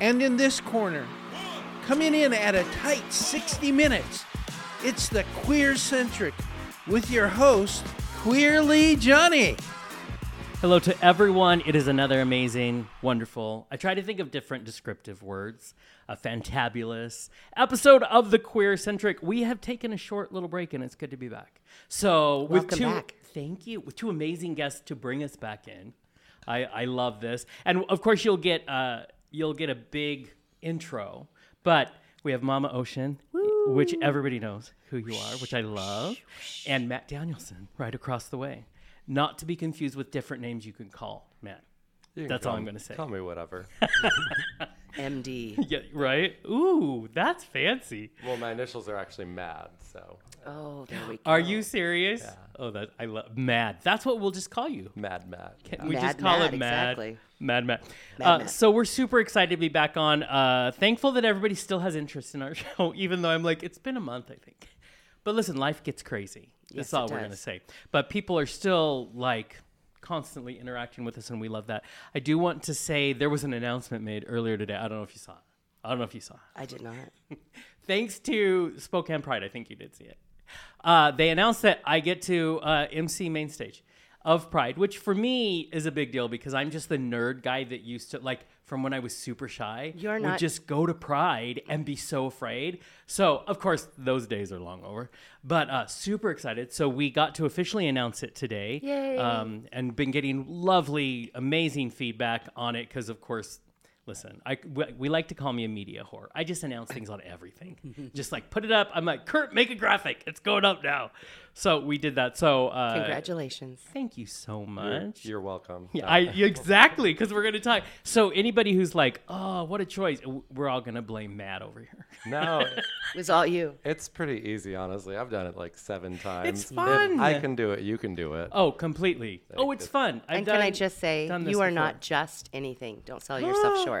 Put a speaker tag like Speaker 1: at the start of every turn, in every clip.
Speaker 1: And in this corner, coming in at a tight 60 minutes, it's the Queer Centric with your host, Queerly Johnny.
Speaker 2: Hello to everyone. It is another amazing, wonderful. I try to think of different descriptive words. A fantabulous episode of the Queer Centric. We have taken a short little break and it's good to be back. So, with
Speaker 3: Welcome
Speaker 2: two
Speaker 3: back.
Speaker 2: thank you, with two amazing guests to bring us back in. I I love this. And of course, you'll get uh you'll get a big intro. But we have Mama Ocean, which everybody knows who you are, which I love, and Matt Danielson right across the way not to be confused with different names you can call Matt.
Speaker 4: You can
Speaker 2: That's all
Speaker 4: call
Speaker 2: I'm
Speaker 4: me-
Speaker 2: gonna say.
Speaker 4: Call me whatever.
Speaker 3: MD.
Speaker 2: Yeah, right? Ooh, that's fancy.
Speaker 4: well, my initials are actually mad, so
Speaker 3: Oh, there we go.
Speaker 2: Are you serious? Oh, that I love Mad. That's what we'll just call you.
Speaker 4: mad, mad.
Speaker 2: Can we
Speaker 3: Oh. Mad
Speaker 2: just call
Speaker 3: Matt,
Speaker 2: it Mad?
Speaker 3: exactly.
Speaker 2: Mad Matt.
Speaker 3: Mad
Speaker 2: uh,
Speaker 3: Matt.
Speaker 2: So we're super excited to be back on. Uh, thankful that everybody still has interest in our show, even though I'm like, it's been a month, I think. But listen, life gets crazy. That's
Speaker 3: Yes,
Speaker 2: all
Speaker 3: it
Speaker 2: we're gonna
Speaker 3: does.
Speaker 2: say. But people are still like constantly interacting with us, and we love that. I do want to say there was an announcement made earlier today. I don't know if you saw. it. I don't know if you saw. it
Speaker 3: I did not.
Speaker 2: thanks to Spokane Pride, I think you did see it. Uh, they announced that I get to uh, MC main stage of Pride, which for me is a big deal because I'm just the nerd guy that used to like from when I was super shy.
Speaker 3: You're
Speaker 2: would
Speaker 3: not-
Speaker 2: just go to Pride and be so afraid. So of course those days are long over, but uh, super excited. So we got to officially announce it today, Um, and been getting lovely, amazing feedback on it because of course Listen, I we, we like to call me a media whore. I just announce things on everything. just like put it up. I'm like, Kurt, make a graphic. It's going up now. So we did that. So uh,
Speaker 3: Congratulations.
Speaker 2: Thank you so much.
Speaker 4: You're welcome.
Speaker 2: Yeah, I exactly because we're gonna talk. So anybody who's like, oh, what a choice, w- we're all gonna blame Matt over here.
Speaker 4: no,
Speaker 3: It was all you.
Speaker 4: it's pretty easy, honestly. I've done it like seven times. If
Speaker 2: fun.
Speaker 4: I can do it. You can do it.
Speaker 2: Oh, completely. oh, it's fun. I've
Speaker 3: And can I
Speaker 2: done-
Speaker 3: just say,
Speaker 2: done this
Speaker 3: you are
Speaker 2: before.
Speaker 3: not just anything. Don't sell yourself short.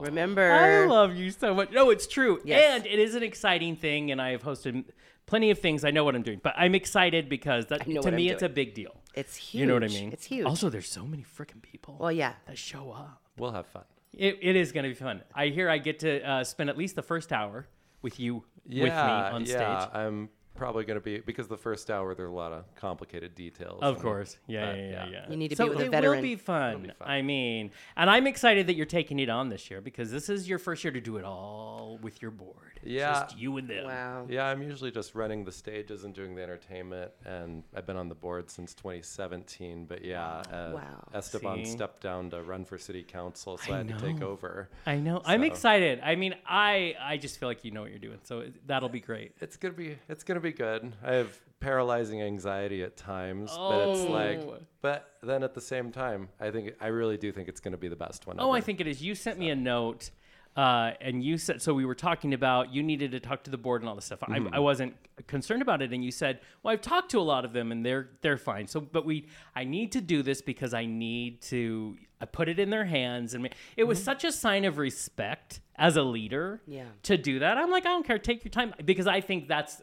Speaker 3: Remember,
Speaker 2: I love you so much. No, it's true.
Speaker 3: Yes.
Speaker 2: And it is an exciting thing, and I have hosted plenty of things. I know what I'm doing, but I'm excited because that,
Speaker 3: know
Speaker 2: to
Speaker 3: what I'm
Speaker 2: me, it's a
Speaker 3: doing.
Speaker 2: big deal.
Speaker 3: it's huge.
Speaker 2: You know what I mean?
Speaker 3: It's huge.
Speaker 2: Also, there's so many freaking people
Speaker 3: well, yeah.
Speaker 2: that show up.
Speaker 4: We'll have fun.
Speaker 2: It, it is going to be fun. I hear I get to uh, spend at least the first hour with you,
Speaker 4: Yeah,
Speaker 2: with me on
Speaker 4: yeah.
Speaker 2: stage.
Speaker 4: I'm probably gonna be because the first hour there are a lot of complicated details.
Speaker 2: Of
Speaker 4: and-
Speaker 2: course. Yeah,
Speaker 4: but,
Speaker 2: yeah, yeah, yeah.
Speaker 3: You need to be
Speaker 2: so
Speaker 3: with
Speaker 2: it
Speaker 3: a
Speaker 2: Will
Speaker 3: veteran.
Speaker 2: be fun. I mean, and I'm excited that you're taking it on this year because this is your first year to do it all with your board.
Speaker 4: Yeah.
Speaker 2: Just you and them.
Speaker 3: Wow.
Speaker 4: Yeah, I'm usually just running the stages and doing the entertainment, and I've been on the board since 2017. But yeah, uh,
Speaker 3: Wow.
Speaker 4: Esteban
Speaker 2: See?
Speaker 4: stepped down to run for city council, so I, had to take
Speaker 2: know.
Speaker 4: over.
Speaker 2: I know. I'm excited. I mean, I I just feel like you know what you're doing, so it- that'll be great.
Speaker 4: It's gonna be it's gonna be good. I have paralyzing anxiety at times, but it's
Speaker 2: Oh.
Speaker 4: like but then at the same time, I think I really do think it's gonna be the best one.
Speaker 2: Oh, I
Speaker 4: ever.
Speaker 2: think it is. You sent me a note, uh, and you said so. We were talking about you needed to talk to the board and all this stuff.
Speaker 4: Mm-hmm.
Speaker 2: I, I wasn't concerned about it, and you said, "Well, I've talked to a lot of them, and they're they're fine." So, but we, I need to do this because I need to. I put it in their hands, and ma- it
Speaker 4: Mm-hmm.
Speaker 2: was such a sign of respect as a leader.
Speaker 3: Yeah.
Speaker 2: To do that, I'm like, I don't care. Take your time because I think that's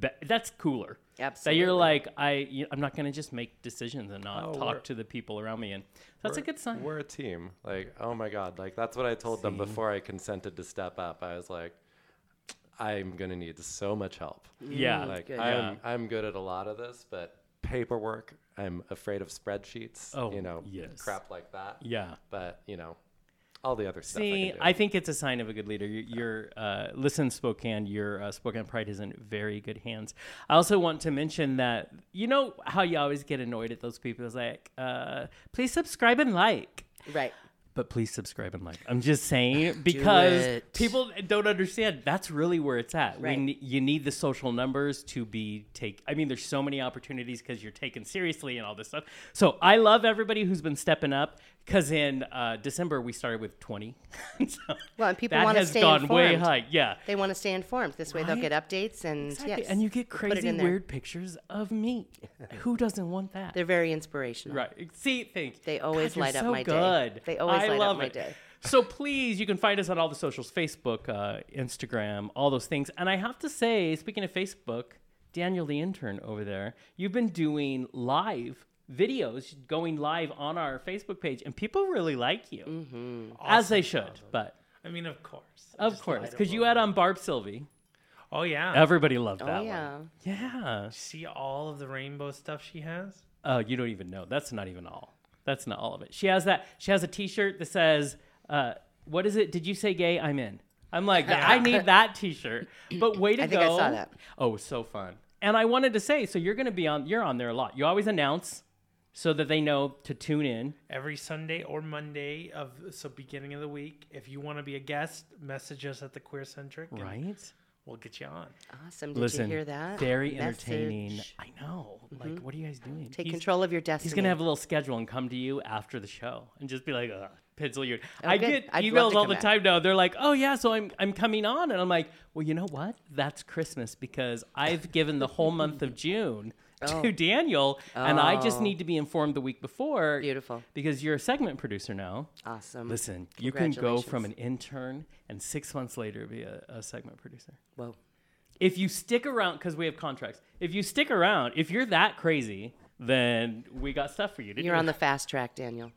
Speaker 2: be- that's cooler. That
Speaker 3: Absolutely.
Speaker 2: you're like I, you, I'm not gonna just make decisions and not
Speaker 4: Oh, we're-
Speaker 2: talk to the people around me, and that's a good sign.
Speaker 4: We're a team. Like, oh my god, like that's what I told them before I consented to step up. I was like, I'm gonna need so much help.
Speaker 2: Yeah,
Speaker 4: Like
Speaker 3: good.
Speaker 4: I'm I'm good at a lot of this, but paperwork, I'm afraid of spreadsheets.
Speaker 2: Oh,
Speaker 4: you know,
Speaker 2: yes.
Speaker 4: crap like that.
Speaker 2: yeah.
Speaker 4: But you know, all the other stuff. I,
Speaker 2: See,
Speaker 4: can do.
Speaker 2: I think it's a sign of a good leader. You're, you're uh, listen, Spokane, your uh, Spokane Pride is in very good hands. I also want to mention that you know how you always get annoyed at those people. It's like, uh, please subscribe and like.
Speaker 3: Right.
Speaker 2: But please subscribe and like. I'm just saying because
Speaker 3: it.
Speaker 2: people don't understand. That's really where it's at.
Speaker 3: Right.
Speaker 2: We ne- you need the social numbers to be take. I mean, there's so many opportunities because you're taken seriously and all this stuff. So I love everybody who's been stepping up. Because in uh, December we started with 20. so
Speaker 3: Well, and people
Speaker 2: that
Speaker 3: wanna
Speaker 2: has
Speaker 3: stay
Speaker 2: gone way
Speaker 3: informed.
Speaker 2: high. Yeah.
Speaker 3: They want to stay informed. This way
Speaker 2: Right?
Speaker 3: they'll get updates and
Speaker 2: Exactly.
Speaker 3: yes.
Speaker 2: And you get
Speaker 3: We'll put it
Speaker 2: crazy
Speaker 3: in there.
Speaker 2: weird pictures of me. Who doesn't want that?
Speaker 3: They're very inspirational.
Speaker 2: Right. See, thank
Speaker 3: They always
Speaker 2: you're
Speaker 3: light up
Speaker 2: so
Speaker 3: my day.
Speaker 2: good.
Speaker 3: They always
Speaker 2: I
Speaker 3: light up
Speaker 2: love
Speaker 3: my
Speaker 2: it.
Speaker 3: day.
Speaker 2: So please, you can find us on all the socials: Facebook, uh, Instagram, all those things. And I have to say, speaking of Facebook, Daniel the intern over there, you've been doing live videos going live on our Facebook page, and people really like you,
Speaker 3: Mm-hmm.
Speaker 2: as they should. But
Speaker 5: I mean, of course.
Speaker 2: of
Speaker 5: Just
Speaker 2: course,
Speaker 5: light up
Speaker 2: because you
Speaker 5: a
Speaker 2: had
Speaker 5: little.
Speaker 2: on Barb Sylvie,
Speaker 5: Oh yeah.
Speaker 2: everybody loved that
Speaker 3: Oh yeah.
Speaker 2: one. Yeah.
Speaker 5: See all of the rainbow stuff she has.
Speaker 2: Oh, you don't even know. That's not even all. That's not all of it. She has that. She has a T-shirt that says, uh, "What is it? Did you say gay? I'm in." I'm like, I need that T-shirt. But way to
Speaker 3: I
Speaker 2: go!
Speaker 3: think I saw that.
Speaker 2: Oh, so fun. And I wanted to say, so you're going to be on. You're on there a lot. You always announce so that they know to tune in.
Speaker 5: Every Sunday or Monday of so beginning of the week. If you want to be a guest, message us at the Queer Centric. and
Speaker 2: Right.
Speaker 5: We'll get you on.
Speaker 3: Awesome. Did
Speaker 2: Listen,
Speaker 3: you hear that?
Speaker 2: very
Speaker 3: Message. Mm-hmm.
Speaker 2: entertaining. I know. Like, what are you guys doing?
Speaker 3: Take
Speaker 2: He's-
Speaker 3: control of your destiny.
Speaker 2: He's gonna have a little schedule and come to you after the show and just be like, Ugh, pencil you. I
Speaker 3: Oh, good.
Speaker 2: get
Speaker 3: I'd love
Speaker 2: emails
Speaker 3: to
Speaker 2: all
Speaker 3: come
Speaker 2: the
Speaker 3: back.
Speaker 2: time now. They're like, oh yeah, so I'm I'm coming on, and I'm like, well, you know what? That's Christmas because I've given the whole month of June to Daniel, and I just
Speaker 3: Oh.
Speaker 2: need to be informed the week before.
Speaker 3: Beautiful.
Speaker 2: Because you're a segment producer now.
Speaker 3: Awesome.
Speaker 2: Listen, you can go from
Speaker 3: Congratulations.
Speaker 2: an intern and six months later be a, a segment producer
Speaker 3: Whoa.
Speaker 2: if you stick around because we have contracts if you stick around if you're that crazy then we got stuff for you to
Speaker 3: You're
Speaker 2: do.
Speaker 3: on the fast track, Daniel.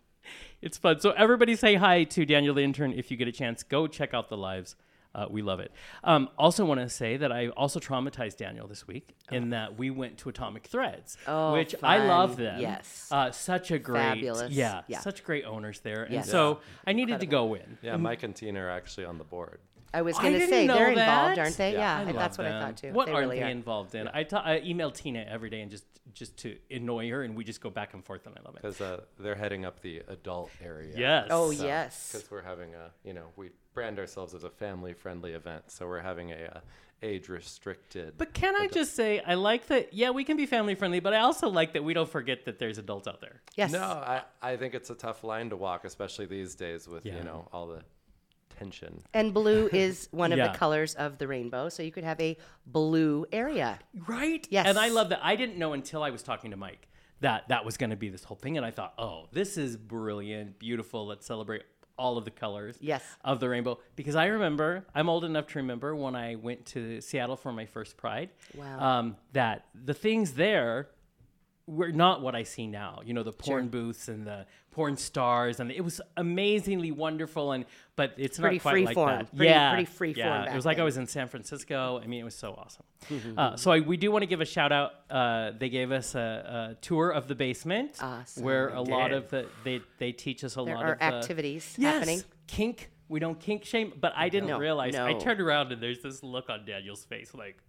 Speaker 2: it's fun so everybody say hi to daniel the intern if you get a chance go check out the lives uh, we love it um, also want to say that i also traumatized daniel this week in that we went to atomic threads
Speaker 3: Oh,
Speaker 2: which i love
Speaker 3: fun.
Speaker 2: them
Speaker 3: Yes.
Speaker 2: uh, such a great
Speaker 3: Fabulous.
Speaker 2: Yeah,
Speaker 3: Yeah.
Speaker 2: such great owners there and
Speaker 3: Yes.
Speaker 2: so i needed to go in
Speaker 4: Yeah, Mike and Tina are actually on the board.
Speaker 3: I was
Speaker 2: I
Speaker 3: going to
Speaker 2: didn't
Speaker 3: say
Speaker 2: know
Speaker 3: they're involved,
Speaker 2: that.
Speaker 3: aren't they?
Speaker 4: Yeah.
Speaker 3: Yeah,
Speaker 2: I
Speaker 3: and that's
Speaker 2: love
Speaker 3: what I
Speaker 2: them.
Speaker 3: thought too.
Speaker 2: What
Speaker 3: they
Speaker 2: are
Speaker 3: really
Speaker 2: they
Speaker 3: are.
Speaker 2: involved in? I ta- I email Tina every day and just just to annoy her, and we just go back and forth, and I love it.
Speaker 4: because uh, they're heading up the adult area.
Speaker 2: Yes.
Speaker 3: Oh yes.
Speaker 4: Because we're having a, you know, we brand ourselves as a family-friendly event, so we're having a uh, age-restricted.
Speaker 2: But can I just say I like that? Yeah, we can be family friendly, but I also like that we don't forget that there's adults out there.
Speaker 3: Yes.
Speaker 4: no, I, I think it's a tough line to walk, especially these days with
Speaker 2: Yeah.
Speaker 4: you know all the tension.
Speaker 3: And blue is one of
Speaker 2: Yeah.
Speaker 3: the colors of the rainbow, so you could have a blue area.
Speaker 2: Right?
Speaker 3: Yes.
Speaker 2: And I love that. I didn't know until I was talking to Mike that that was going to be this whole thing. And I thought, oh, this is brilliant, beautiful. Let's celebrate all of the colors
Speaker 3: Yes.
Speaker 2: of the rainbow. Because I remember, I'm old enough to remember when I went to Seattle for my first Pride.
Speaker 3: Wow.
Speaker 2: Um, that the things there were not what I see now. You know, the porn booths and the porn stars, and it was amazingly wonderful. And but it's
Speaker 3: Pretty
Speaker 2: not quite like
Speaker 3: freeform.
Speaker 2: that.
Speaker 3: Pretty-
Speaker 2: yeah,
Speaker 3: pretty freeform
Speaker 2: Yeah, it
Speaker 3: back
Speaker 2: was like I
Speaker 3: then.
Speaker 2: was in San Francisco. I mean, it was so awesome. uh, so I, we do want to give a shout out. Uh, they gave us a, a tour of the basement,
Speaker 3: Awesome.
Speaker 2: where a lot
Speaker 5: did.
Speaker 2: of the they they teach us a
Speaker 3: There
Speaker 2: lot
Speaker 3: are
Speaker 2: of the-
Speaker 3: activities
Speaker 2: Yes,
Speaker 3: happening.
Speaker 2: kink. We don't kink shame, but I didn't
Speaker 3: No,
Speaker 2: realize. I
Speaker 3: no.
Speaker 2: turned around and there's this look on Daniel's face, like,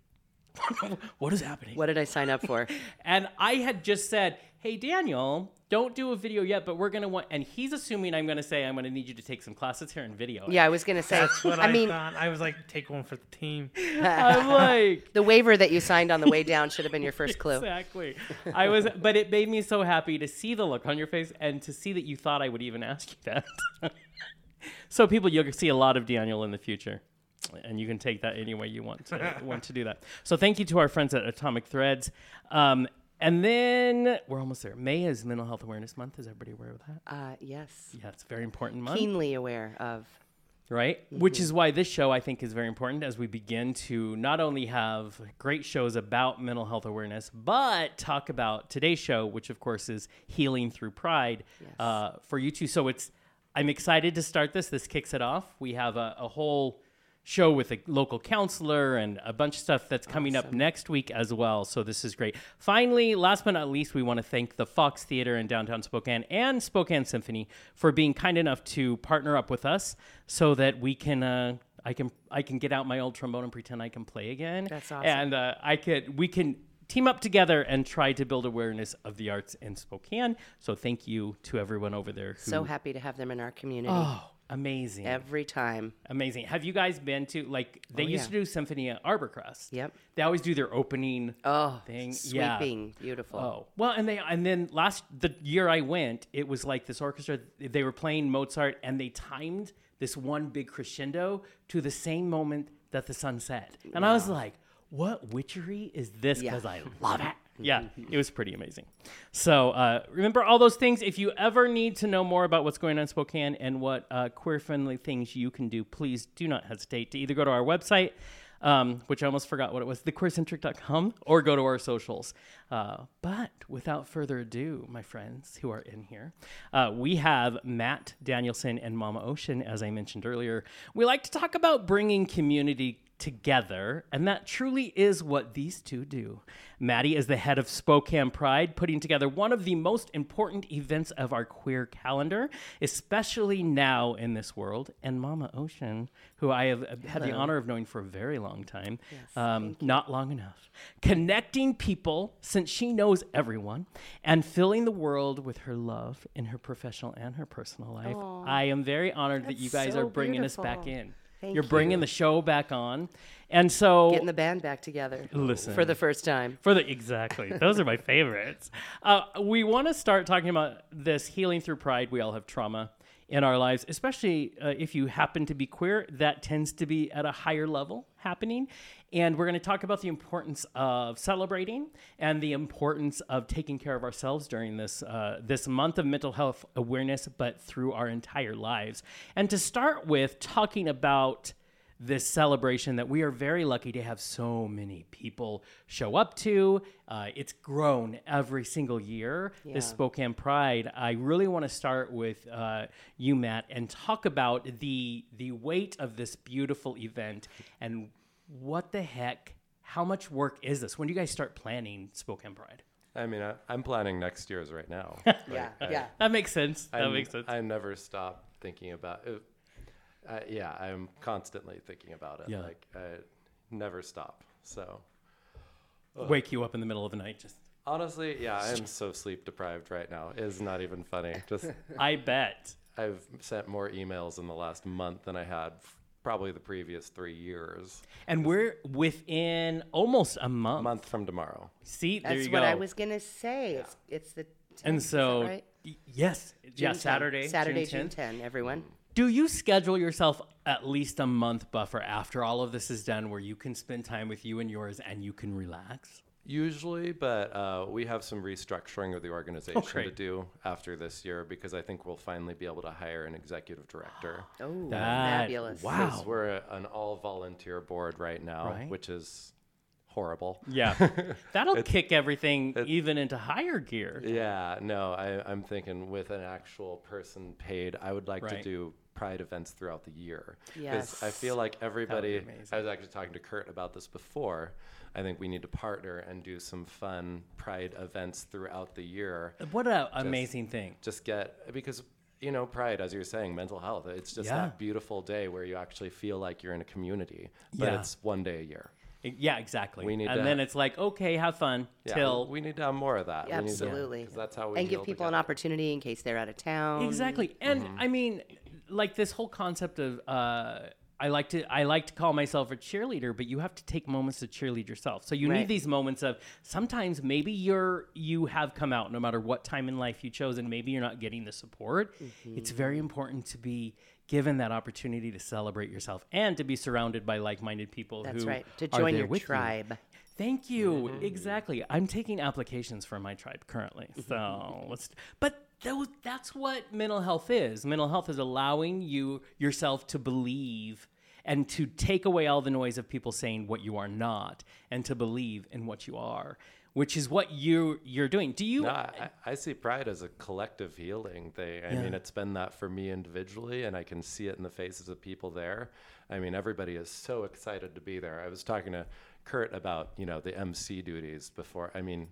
Speaker 2: what is happening?
Speaker 3: What did I sign up for?
Speaker 2: And I had just said, "Hey Daniel, don't do a video yet, but we're gonna want." And he's assuming I'm gonna say, "I'm gonna need you to take some classes here in video." it."
Speaker 3: yeah, I was going to say.
Speaker 5: That's what I,
Speaker 3: I mean,
Speaker 5: thought. I was like, take one for the team.
Speaker 2: I'm like,
Speaker 3: the waiver that you signed on the way down should have been your first clue.
Speaker 2: exactly. I was, but it made me so happy to see the look on your face and to see that you thought I would even ask you that. so people, you'll see a lot of Daniel in the future. And you can take that any way you want to want to do that. So thank you to our friends at Atomic Threads. Um, and then we're almost there. May is Mental Health Awareness Month. Is everybody aware of that?
Speaker 3: Uh, yes.
Speaker 2: Yeah, it's a very important month.
Speaker 3: Keenly aware of.
Speaker 2: right? Which is why this show I think is very important as we begin to not only have great shows about mental health awareness, but talk about today's show, which of course is healing through pride uh, for you two. So it's I'm excited to start this. This kicks it off. We have a, a whole show with a local counselor and a bunch of stuff that's coming up next week as well. So this is great. Finally, last but not least, we want to thank the Fox Theater in downtown Spokane and Spokane Symphony for being kind enough to partner up with us so that we can. Uh, I can I can get out my old trombone and pretend I can play again.
Speaker 3: That's awesome.
Speaker 2: And uh, I could we can team up together and try to build awareness of the arts in Spokane. So thank you to everyone over there. Who,
Speaker 3: So happy to have them in our community
Speaker 2: oh, amazing.
Speaker 3: every time.
Speaker 2: Amazing. Have you guys been to like they used
Speaker 3: Oh, yeah.
Speaker 2: to do symphony at Arborcrest?
Speaker 3: Yep.
Speaker 2: They always do their opening
Speaker 3: Oh,
Speaker 2: thing. Yeah.
Speaker 3: sweeping, beautiful.
Speaker 2: Oh well, and they and then last the year I went, it was like this orchestra. They were playing Mozart, and they timed this one big crescendo to the same moment that the sun set. And I was like, "What witchery is this?"
Speaker 3: Yeah.
Speaker 2: Because I love it. Yeah, it was pretty amazing. So uh, remember all those things. If you ever need to know more about what's going on in Spokane and what uh, queer friendly things you can do, please do not hesitate to either go to our website um, which I almost forgot what it was, thequeercentric.com, or go to our socials. Uh, but without further ado, my friends who are in here, uh, we have Matt Danielson and Mama Ocean, as I mentioned earlier. We like to talk about bringing community together, and that truly is what these two do. Maddie is the head of Spokane Pride, putting together one of the most important events of our queer calendar, especially now in this world. And Mama Ocean, who I have uh, had the honor of knowing for a very long time, um, not long enough, connecting people since she knows everyone, and filling the world with her love in her professional and her personal life. I am very honored that
Speaker 3: That's
Speaker 2: you guys
Speaker 3: so
Speaker 2: are bringing us back
Speaker 3: beautiful.
Speaker 2: in.
Speaker 3: Thank
Speaker 2: You're bringing the show back on, and so
Speaker 3: Getting the band back together.
Speaker 2: Listen.
Speaker 3: For the first time.
Speaker 2: for the exactly, those are my favorites. Uh, we want to start talking about this healing through pride. We all have trauma in our lives, especially uh, if you happen to be queer. That tends to be at a higher level happening, and we're going to talk about the importance of celebrating and the importance of taking care of ourselves during this uh, this month of mental health awareness, but through our entire lives. And to start with, talking about this celebration that we are very lucky to have so many people show up to. Uh, it's grown every single year. This Spokane Pride. I really want to start with uh, you, Matt, and talk about the the weight of this beautiful event and what the heck. How much work is this? When do you guys start planning Spokane Pride?
Speaker 4: I mean, I, I'm planning next year's right now.
Speaker 3: Yeah,
Speaker 4: I-
Speaker 3: yeah.
Speaker 2: That makes sense. That
Speaker 4: I,
Speaker 2: makes sense.
Speaker 4: I never stop thinking about it. Uh, yeah, I'm constantly thinking about it.
Speaker 2: Yeah.
Speaker 4: Like, I never stop. So,
Speaker 2: Wake you up in the middle of the night. Just
Speaker 4: honestly, yeah, I am so sleep deprived right now. It's not even funny. Just,
Speaker 2: I bet.
Speaker 4: I've sent more emails in the last month than I had f- probably the previous three years.
Speaker 2: And we're within almost a month.
Speaker 4: A month from tomorrow.
Speaker 2: See, there
Speaker 3: That's
Speaker 2: you
Speaker 3: what
Speaker 2: go.
Speaker 3: I was going to say. It's, it's the 10th,
Speaker 2: And
Speaker 3: is that
Speaker 2: so,
Speaker 3: right?
Speaker 2: y- yes, yeah,
Speaker 3: June 10.
Speaker 2: Saturday,
Speaker 3: Saturday, June
Speaker 2: 10th.
Speaker 3: 10, everyone.
Speaker 2: Do you schedule yourself at least a month buffer after all of this is done, where you can spend time with you and yours, and you can relax?
Speaker 4: Usually, but uh, we have some restructuring of the organization to
Speaker 2: Oh, great.
Speaker 4: do after this year because I think we'll finally be able to hire an executive director.
Speaker 3: Oh,
Speaker 2: Mm. That-
Speaker 3: fabulous.
Speaker 2: Wow.
Speaker 4: Because we're a- an all volunteer board right now,
Speaker 2: Right.
Speaker 4: which is horrible.
Speaker 2: Yeah, that'll kick everything even into higher gear.
Speaker 4: Yeah, no, I, I'm thinking with an actual person paid, I would like
Speaker 2: Right.
Speaker 4: to do pride events throughout the year. 'Cause I
Speaker 3: Yes.
Speaker 4: feel like everybody,
Speaker 2: amazing.
Speaker 4: I was actually talking to Kurt about this before. I think we need to partner and do some fun pride events throughout the year.
Speaker 2: What an amazing thing!
Speaker 4: just get because you know pride as you're saying mental health it's just
Speaker 2: Yeah.
Speaker 4: that beautiful day where you actually feel like you're in a community but
Speaker 2: Yeah.
Speaker 4: it's one day a year
Speaker 2: Yeah, exactly.
Speaker 4: We need
Speaker 2: and
Speaker 4: to-
Speaker 2: then it's like, okay, have fun
Speaker 4: yeah,
Speaker 2: till
Speaker 4: we need to have more of that We need to-
Speaker 3: Absolutely.
Speaker 4: 'cause that's how we
Speaker 3: and give
Speaker 4: heal
Speaker 3: people an
Speaker 4: together.
Speaker 3: opportunity in case they're out of town.
Speaker 2: Exactly. And
Speaker 3: mm-hmm.
Speaker 2: I mean, like this whole concept of uh, I like to I like to call myself a cheerleader, but you have to take moments to cheerlead yourself. So you need
Speaker 3: Right.
Speaker 2: these moments of sometimes maybe you're you have come out no matter what time in life you chose and maybe you're not getting the support.
Speaker 3: Mm-hmm.
Speaker 2: It's very important to be given that opportunity to celebrate yourself and to be surrounded by like-minded people
Speaker 3: That's
Speaker 2: who
Speaker 3: right. To
Speaker 2: are
Speaker 3: join
Speaker 2: there
Speaker 3: your
Speaker 2: with you.
Speaker 3: tribe.
Speaker 2: Thank you. Exactly. I'm taking applications for my tribe currently. So let's. But those, that's what mental health is. Mental health is allowing you yourself to believe and to take away all the noise of people saying what you are not and to believe in what you are, which is what you you're doing. Do you?
Speaker 4: No, I, I I see pride as a collective healing thing. I mean, it's been that for me individually, and I can see it in the faces of people there. I mean, everybody is so excited to be there. I was talking to Kurt about, you know, the MC duties before. I mean,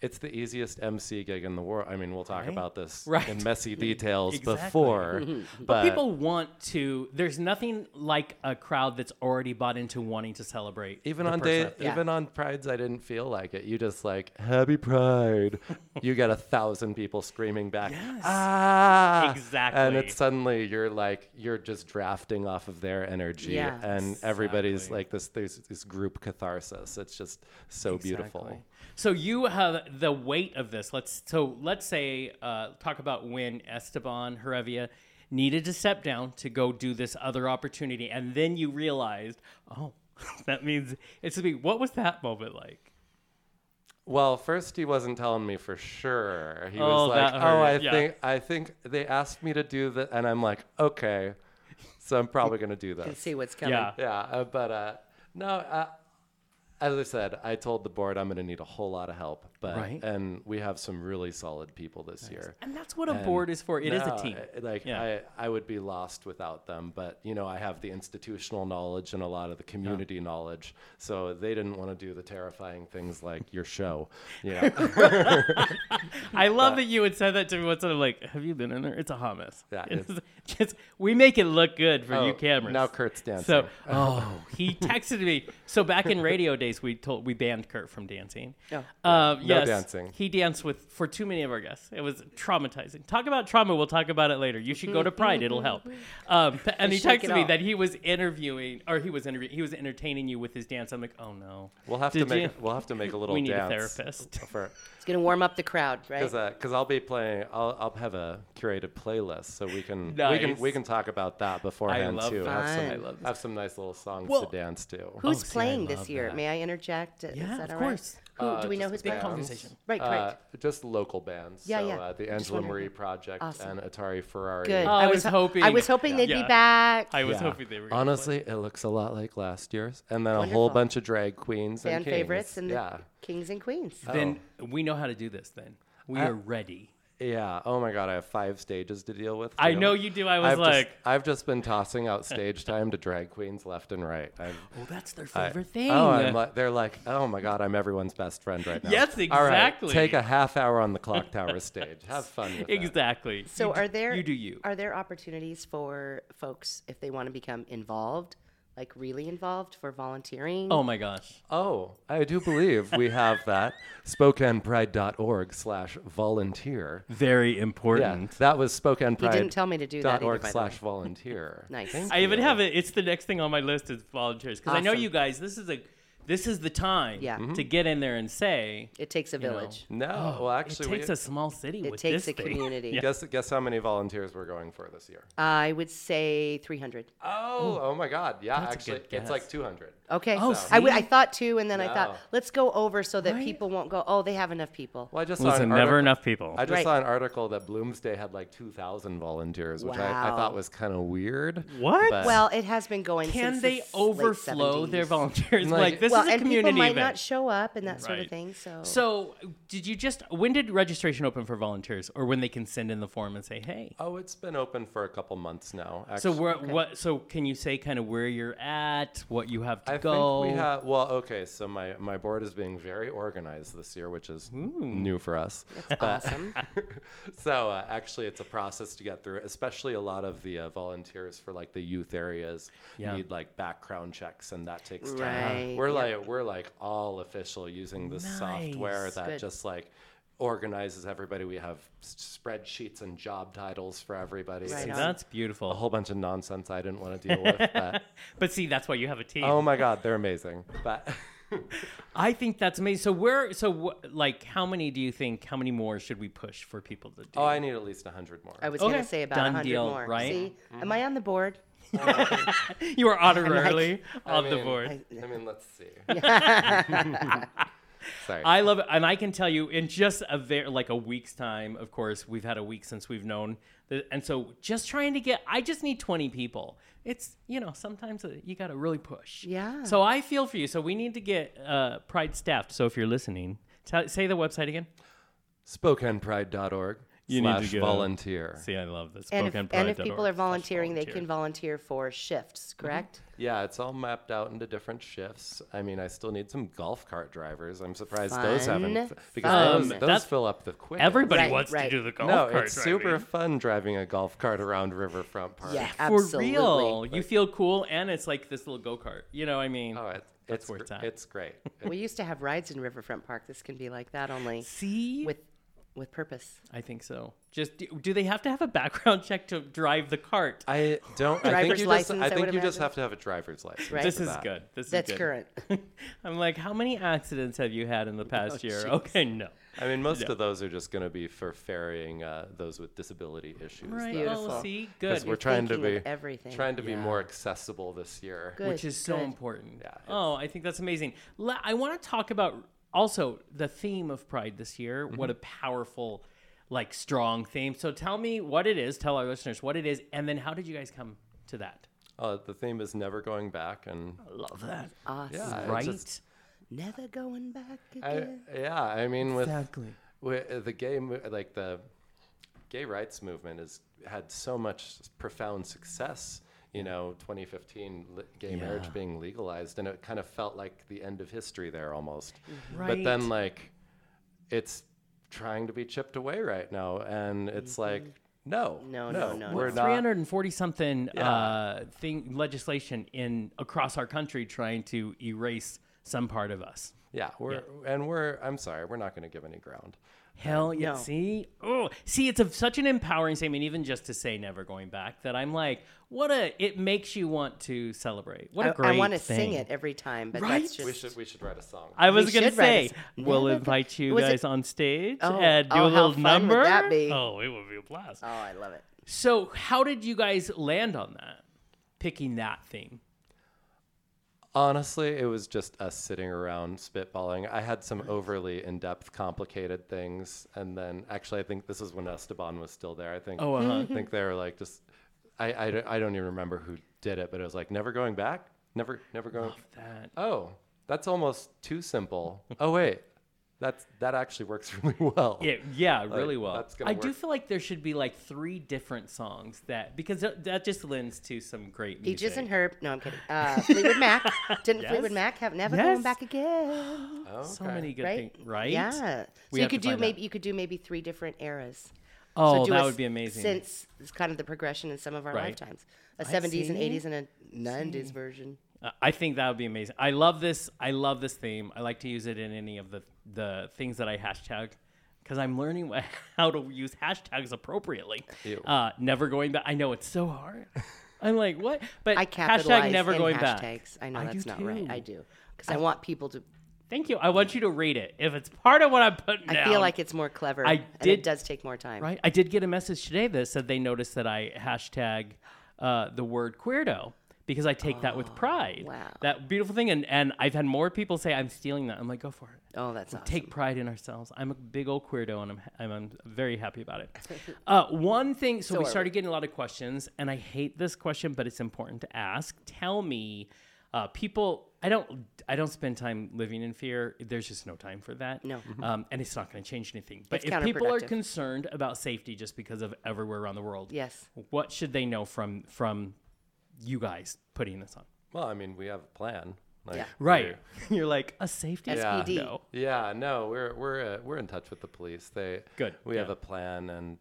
Speaker 4: it's the easiest MC gig in the world. I mean, we'll talk about this in
Speaker 2: Right.
Speaker 4: messy details
Speaker 2: Exactly.
Speaker 4: before, but
Speaker 2: People want to. There's nothing like a crowd that's already bought into wanting to celebrate.
Speaker 4: even
Speaker 2: the
Speaker 4: on
Speaker 2: person.
Speaker 4: day, even on prides, I didn't feel like it. You just like happy pride. you get a thousand people screaming back. Ah, And
Speaker 2: Exactly.
Speaker 4: it's suddenly you're like you're just drafting off of their energy,
Speaker 3: Yeah,
Speaker 4: and everybody's
Speaker 2: exactly.
Speaker 4: like this. There's this group catharsis. It's just so beautiful.
Speaker 2: Exactly. So you have the weight of this. Let's so let's say uh, talk about when Esteban Herevia needed to step down to go do this other opportunity, and then you realized, oh, that means it's to be. What was that moment like?
Speaker 4: Well, first he wasn't telling me for sure. He
Speaker 2: Oh,
Speaker 4: was like,
Speaker 2: that
Speaker 4: "Oh,
Speaker 2: hurt.
Speaker 4: I
Speaker 2: Yeah.
Speaker 4: think I think they asked me to do that," and I'm like, "Okay, so I'm probably gonna do this."
Speaker 3: And see what's coming.
Speaker 2: Yeah.
Speaker 4: yeah uh, but uh No, uh, as I said, I told the board I'm going to need a whole lot of help, but
Speaker 2: Right.
Speaker 4: and we have some really solid people this year.
Speaker 2: And that's what a board is for. It is a
Speaker 4: No,
Speaker 2: team.
Speaker 4: I- Like
Speaker 2: Yeah.
Speaker 4: I, I would be lost without them. But you know, I have the institutional knowledge and a lot of the community knowledge. So they didn't want to do the terrifying things like your show. Yeah,
Speaker 2: I love that you had said that to me once. and I'm like, have you been in there? It's a hummus.
Speaker 4: Yeah,
Speaker 2: It's just, we make it look good for you
Speaker 4: Oh,
Speaker 2: cameras.
Speaker 4: now Kurt's dancing.
Speaker 2: So, oh, he texted me. So back in radio days, we told we banned Kurt from dancing.
Speaker 3: Yeah.
Speaker 2: Um,
Speaker 4: No
Speaker 2: yes,
Speaker 4: dancing.
Speaker 2: He danced with for too many of our guests. It was traumatizing. Talk about trauma. We'll talk about it later. You should go to Pride. It'll help. Um, and he
Speaker 3: Shake it
Speaker 2: texted me
Speaker 3: off.
Speaker 2: that he was interviewing or he was interviewing he was entertaining you with his dance. I'm like, oh no.
Speaker 4: we'll have to
Speaker 2: Did
Speaker 4: make
Speaker 2: you-
Speaker 4: we'll have to make a little
Speaker 2: we need a
Speaker 4: dance
Speaker 2: therapist.
Speaker 4: for
Speaker 3: It's gonna warm up the crowd, right?
Speaker 4: because uh, I'll be playing. I'll, I'll have a curated playlist, so we can we
Speaker 2: Nice.
Speaker 4: can we can talk about that beforehand
Speaker 2: love
Speaker 4: too. Have some,
Speaker 3: Fun. I love
Speaker 4: have some nice little songs
Speaker 2: Well-
Speaker 4: to dance to.
Speaker 3: Who's
Speaker 2: Oh, see, I
Speaker 3: playing
Speaker 2: love
Speaker 3: this year?
Speaker 2: that.
Speaker 3: May I interject? Is
Speaker 2: Yeah, of
Speaker 3: that all right?
Speaker 2: course.
Speaker 3: Who
Speaker 4: Uh,
Speaker 3: do we know who's
Speaker 4: who's
Speaker 3: playing?
Speaker 2: conversation.
Speaker 3: Right,
Speaker 4: Uh,
Speaker 3: correct.
Speaker 4: just local bands.
Speaker 3: Yeah,
Speaker 4: so,
Speaker 3: yeah.
Speaker 4: Uh, the
Speaker 3: Just
Speaker 4: Angela
Speaker 3: wondering.
Speaker 4: Marie Project
Speaker 3: Awesome.
Speaker 4: and Atari Ferrari.
Speaker 3: Good.
Speaker 2: I was
Speaker 3: ho-
Speaker 2: hoping-
Speaker 3: I was hoping they'd
Speaker 2: Yeah.
Speaker 3: be back.
Speaker 2: Oh, I was
Speaker 4: Yeah.
Speaker 2: hoping they were. gonna play.
Speaker 4: Honestly, it looks a lot like last year's, and then a whole
Speaker 3: Wonderful.
Speaker 4: bunch of drag queens
Speaker 3: Fan
Speaker 4: and kings.
Speaker 3: favorites and the
Speaker 4: yeah,
Speaker 3: kings and queens.
Speaker 2: then
Speaker 4: oh.
Speaker 2: we know how to do this. Then we are ready.
Speaker 4: yeah. Oh my god, I have five stages to deal with.
Speaker 2: I
Speaker 4: too.
Speaker 2: know you do. I was
Speaker 4: I've
Speaker 2: like,
Speaker 4: just, I've just been tossing out stage time to drag queens left and right. I've,
Speaker 2: oh, that's their
Speaker 4: I-
Speaker 2: favorite thing.
Speaker 4: Oh, I'm like, they're like, oh my god, I'm everyone's best friend right now.
Speaker 2: Yes,
Speaker 4: All right,
Speaker 2: exactly.
Speaker 4: take a half hour on the clock tower stage. Have fun. With that.
Speaker 2: exactly.
Speaker 3: So
Speaker 2: You d-
Speaker 3: are there
Speaker 2: You do you.
Speaker 3: Are there opportunities for folks if they want to become involved, like really involved for volunteering?
Speaker 2: Oh my gosh.
Speaker 4: Oh, I do believe we have that. SpokanePride.org slash volunteer.
Speaker 2: Very
Speaker 4: Yeah,
Speaker 2: important.
Speaker 4: that was SpokanePride.
Speaker 3: tell me to do that either,
Speaker 4: org
Speaker 3: by the
Speaker 4: slash
Speaker 3: way.
Speaker 4: volunteer.
Speaker 3: Nice.
Speaker 4: Thank
Speaker 2: I even
Speaker 4: you.
Speaker 2: have it. It's the next thing on my list is volunteers because I know
Speaker 3: Awesome.
Speaker 2: you guys. This is a this is the time
Speaker 3: Yeah.
Speaker 4: Mm-hmm.
Speaker 2: to get in there and say
Speaker 3: it takes a
Speaker 2: know,
Speaker 3: village.
Speaker 4: No, well,
Speaker 2: it
Speaker 4: actually,
Speaker 2: takes
Speaker 4: we,
Speaker 2: a small city
Speaker 3: It
Speaker 2: with
Speaker 3: takes
Speaker 2: this
Speaker 3: a
Speaker 2: thing.
Speaker 3: community.
Speaker 4: guess guess how many volunteers we're going for this year?
Speaker 3: I would say 300.
Speaker 4: Oh, oh my God! Yeah,
Speaker 2: That's a
Speaker 4: actually,
Speaker 2: good guess.
Speaker 4: it's like 200.
Speaker 3: Okay.
Speaker 2: Oh,
Speaker 3: I w- I
Speaker 2: see?
Speaker 3: thought two, and then I
Speaker 4: No.
Speaker 3: thought, let's go over so that
Speaker 2: Right?
Speaker 3: people won't go, oh, they have enough people.
Speaker 4: Well, I just saw
Speaker 2: Listen,
Speaker 4: an
Speaker 2: never
Speaker 4: article-
Speaker 2: enough people.
Speaker 4: I just
Speaker 3: Right.
Speaker 4: saw an article that Bloomsday had like 2,000 volunteers, which I, I
Speaker 3: Wow.
Speaker 4: thought was kind of weird.
Speaker 2: What?
Speaker 4: but-
Speaker 3: Well, it has been going
Speaker 2: Can
Speaker 3: since the
Speaker 2: they
Speaker 3: s- late
Speaker 2: overflow their
Speaker 3: 70s.
Speaker 2: volunteers? Like,
Speaker 4: Like-
Speaker 2: this
Speaker 3: well,
Speaker 2: is a
Speaker 3: and
Speaker 2: community
Speaker 3: people might
Speaker 2: event.
Speaker 3: not show up and that sort
Speaker 2: Right.
Speaker 3: of thing. So,
Speaker 2: So, did you just when did registration open for volunteers, or when they can send in the form and say, "Hey"?
Speaker 4: Oh, it's been open for a couple months now.
Speaker 2: So,
Speaker 4: Actually.
Speaker 2: where, what? So, can you say kind of where you're at, what you have to
Speaker 4: I
Speaker 2: go?
Speaker 4: think we have. Well, okay. So my my board is being very organized this year, which is new for us.
Speaker 3: awesome.
Speaker 4: so uh, actually, it's a process to get through. Especially a lot of the uh, volunteers for like the youth areas
Speaker 2: Yeah.
Speaker 4: need like background checks, and that takes time.
Speaker 3: Right,
Speaker 4: We're like we're like all official using this software
Speaker 2: Nice.
Speaker 4: that
Speaker 3: Good.
Speaker 4: just like organizes everybody. We have s- spreadsheets and job titles for everybody.
Speaker 3: Right
Speaker 4: It's
Speaker 3: on.
Speaker 2: That's
Speaker 4: a
Speaker 2: beautiful.
Speaker 4: whole bunch of nonsense I didn't want to deal with. But,
Speaker 2: But see, that's why you have a team.
Speaker 4: oh my God, they're amazing. But.
Speaker 2: I think that's amazing. So, where? So, wh- like, how many do you think? How many more should we push for people to do?
Speaker 4: Oh, I need at least 100 more.
Speaker 3: I was
Speaker 2: Okay.
Speaker 3: going to say about a
Speaker 2: Done
Speaker 3: 100
Speaker 2: deal,
Speaker 3: more.
Speaker 2: right? Mm-hmm.
Speaker 3: See, am I on the board?
Speaker 2: you are honorarily on the
Speaker 4: mean,
Speaker 2: board.
Speaker 4: I, mean, let's see. Sorry.
Speaker 2: I love it, and I can tell you in just a very like a week's time. Of course, we've had a week since we've known, the, and so just trying to get. I just need twenty people. It's you know sometimes uh, you got to really push.
Speaker 3: Yeah.
Speaker 2: So I feel for you. So we need to get uh, Pride staffed. So if you're listening, tell say the website again.
Speaker 4: SpokanePride.org
Speaker 2: You need to
Speaker 4: slash
Speaker 2: get a-
Speaker 4: volunteer.
Speaker 2: See, I love this.
Speaker 3: And if, and if people are volunteering, they can volunteer Mm-hmm. for shifts, correct?
Speaker 4: Yeah, it's all mapped out into different shifts. I mean, I still need some golf cart drivers. I'm surprised those haven't
Speaker 3: Fun.
Speaker 4: f- because
Speaker 2: Um,
Speaker 4: those,
Speaker 2: that's-
Speaker 4: those fill up the quick.
Speaker 2: Everybody
Speaker 3: Right,
Speaker 2: wants to
Speaker 3: right.
Speaker 2: do the golf
Speaker 4: No,
Speaker 2: cart
Speaker 4: it's super
Speaker 2: driving.
Speaker 4: fun driving a golf cart around Riverfront Park.
Speaker 3: Yeah,
Speaker 2: for
Speaker 3: absolutely.
Speaker 2: real. You feel cool, and it's like this little go kart. You know, I mean,
Speaker 4: Oh, it,
Speaker 2: That's
Speaker 4: it's
Speaker 2: where
Speaker 4: gr-
Speaker 2: it's at.
Speaker 4: It's great.
Speaker 3: We used to have rides in Riverfront Park. This can be like that only
Speaker 2: see,
Speaker 3: with with purpose.
Speaker 2: I think so. Just do, do they have to have a background check to drive the cart?
Speaker 4: I don't. I think
Speaker 3: Driver's
Speaker 4: you just.
Speaker 3: license,
Speaker 4: I
Speaker 3: I
Speaker 4: think
Speaker 3: would
Speaker 4: you just
Speaker 3: imagine.
Speaker 4: have to have a driver's license.
Speaker 3: Right.
Speaker 2: this
Speaker 4: for
Speaker 2: is
Speaker 4: that.
Speaker 2: good. This
Speaker 3: That's
Speaker 2: is good.
Speaker 3: current.
Speaker 2: I'm like, how many accidents have you had in the past year? Okay, no.
Speaker 4: I mean, most of those are just going to be for ferrying uh, those with disability issues.
Speaker 2: Right.
Speaker 4: though.
Speaker 2: Oh,
Speaker 3: Beautiful.
Speaker 2: see,
Speaker 4: because
Speaker 2: good.
Speaker 4: we're trying to
Speaker 3: thinking
Speaker 4: be
Speaker 3: of everything.
Speaker 4: trying to be more accessible this year.
Speaker 3: Good.
Speaker 2: which is so
Speaker 3: good.
Speaker 2: important.
Speaker 4: Yeah, it's-
Speaker 2: oh, I think that's amazing. La- I want to talk about also the theme of Pride this year. What a powerful, like, strong theme. So tell me what it is. Tell our listeners what it is, and then how did you guys come to that?
Speaker 4: Uh, the theme is never going back, and
Speaker 2: Love that.
Speaker 3: Awesome.
Speaker 4: yeah, it
Speaker 2: right?
Speaker 4: just-
Speaker 3: Never going back
Speaker 4: I,
Speaker 3: again.
Speaker 4: yeah, I mean, with
Speaker 2: Exactly.
Speaker 4: Wi- uh, the gay mo- like the gay rights movement has had so much profound success you know 2015 li- gay marriage
Speaker 2: Yeah.
Speaker 4: being legalized and it kind of felt like the end of history there almost but
Speaker 2: Right.
Speaker 4: then like it's trying to be chipped away right now and it's like no
Speaker 3: No, no,
Speaker 4: no
Speaker 3: no,
Speaker 4: we're
Speaker 3: no.
Speaker 4: not
Speaker 2: 340 something uh,
Speaker 4: Yeah.
Speaker 2: thing legislation in across our country trying to erase some part of us.
Speaker 4: yeah we're and we're i'm sorry we're not going to give any ground
Speaker 2: Hell yeah!
Speaker 3: No.
Speaker 2: See, oh, see, it's a, such an empowering statement, even just to say "never going back." That I'm like, what a! It makes you want to celebrate. What a
Speaker 3: I,
Speaker 2: great
Speaker 3: want to
Speaker 2: thing.
Speaker 3: sing it every time, but
Speaker 2: Right?
Speaker 3: that's just
Speaker 4: we should we should write a song
Speaker 2: I was
Speaker 3: We
Speaker 2: gonna
Speaker 3: should write a
Speaker 2: say,
Speaker 3: s-
Speaker 2: we'll
Speaker 3: Never go-
Speaker 2: invite you
Speaker 3: Was it-
Speaker 2: guys on stage
Speaker 3: Oh,
Speaker 2: and do a
Speaker 3: oh,
Speaker 2: little
Speaker 3: how fun would
Speaker 2: number.
Speaker 3: that be?
Speaker 2: Oh, it would be a blast.
Speaker 3: Oh, I love it.
Speaker 2: So, how did you guys land on that? Picking that theme.
Speaker 4: Honestly, it was just us sitting around spitballing. I had some overly in depth, complicated things. And then actually, I think this is when Esteban was still there. I think,
Speaker 2: Oh, uh-huh.
Speaker 4: I think they were like, just, I, I, don't- I don't even remember who did it, but it was like, never going back, never, never going.
Speaker 2: That
Speaker 4: Oh, that's almost too simple. oh, wait, that's, that actually works really well.
Speaker 2: Yeah, yeah, really well.
Speaker 4: that's gonna
Speaker 2: I do
Speaker 4: work.
Speaker 2: feel like there should be like three different songs that because that, that just lends to some great music.
Speaker 3: Peaches and Herb. No, I'm kidding. Uh, Fleetwood Mac. Didn't
Speaker 2: Yes.
Speaker 3: Fleetwood Mac have Never
Speaker 2: Yes.
Speaker 3: Going Back Again?
Speaker 4: Oh,
Speaker 2: So
Speaker 4: okay.
Speaker 2: many good
Speaker 3: Right?
Speaker 2: things, right?
Speaker 3: Yeah.
Speaker 2: We
Speaker 3: so you
Speaker 2: have to
Speaker 3: could do
Speaker 2: find
Speaker 3: maybe
Speaker 2: out.
Speaker 3: you could do maybe three different eras.
Speaker 2: Oh,
Speaker 3: do a
Speaker 2: that
Speaker 3: s-
Speaker 2: would be amazing.
Speaker 3: Since it's kind of the progression in some of our
Speaker 2: Right.
Speaker 3: lifetimes, a 70s and
Speaker 2: see.
Speaker 3: 80s and a 90s version.
Speaker 2: Uh, I think that would be amazing. I love this. I love this theme. I like to use it in any of the the things that I hashtag because I'm learning wh- how to use hashtags appropriately.
Speaker 4: Ew.
Speaker 2: Uh, never going back. I know it's so hard. I'm like, what? But
Speaker 3: I capitalize
Speaker 2: hashtag never
Speaker 3: in
Speaker 2: going back.
Speaker 3: hashtags. I know
Speaker 2: I
Speaker 3: that's
Speaker 2: do
Speaker 3: not right. I
Speaker 2: too.
Speaker 3: do because I, want people to.
Speaker 2: Thank you. I want you to read it if it's part of what I'm putting
Speaker 3: I
Speaker 2: down.
Speaker 3: feel like it's more clever.
Speaker 2: I
Speaker 3: and
Speaker 2: did-
Speaker 3: it does take more time.
Speaker 2: Right. I did get a message today that said they noticed that I hashtag uh, the word queerdo because I take that with pride.
Speaker 3: wow.
Speaker 2: That beautiful thing. And, and I've had more people say, I'm stealing that. I'm like, go for it.
Speaker 3: Oh, that's awesome.
Speaker 2: Take pride in ourselves. I'm a big old queerdo and I'm, I'm, I'm very happy about it. Uh, one thing, so, we
Speaker 3: are
Speaker 2: started getting a lot of questions, and I hate this question, but it's important to ask. Tell me, uh, people. I don't. I don't spend time living in fear. There's just no time for that.
Speaker 3: No.
Speaker 2: Um, and it's not going to change anything. But
Speaker 3: It's
Speaker 2: if people are
Speaker 3: counterproductive.
Speaker 2: concerned about safety just because of everywhere around the world,
Speaker 3: Yes.
Speaker 2: what should they know from from you guys putting this on?
Speaker 4: Well, I mean, we have a plan. Like,
Speaker 3: Yeah.
Speaker 2: Right. You're like a safety
Speaker 4: Yeah.
Speaker 3: SPD.
Speaker 2: No.
Speaker 4: Yeah, no, we're we're uh, we're in touch with the police. They
Speaker 2: Good,
Speaker 4: We have
Speaker 2: yeah.
Speaker 4: a plan, and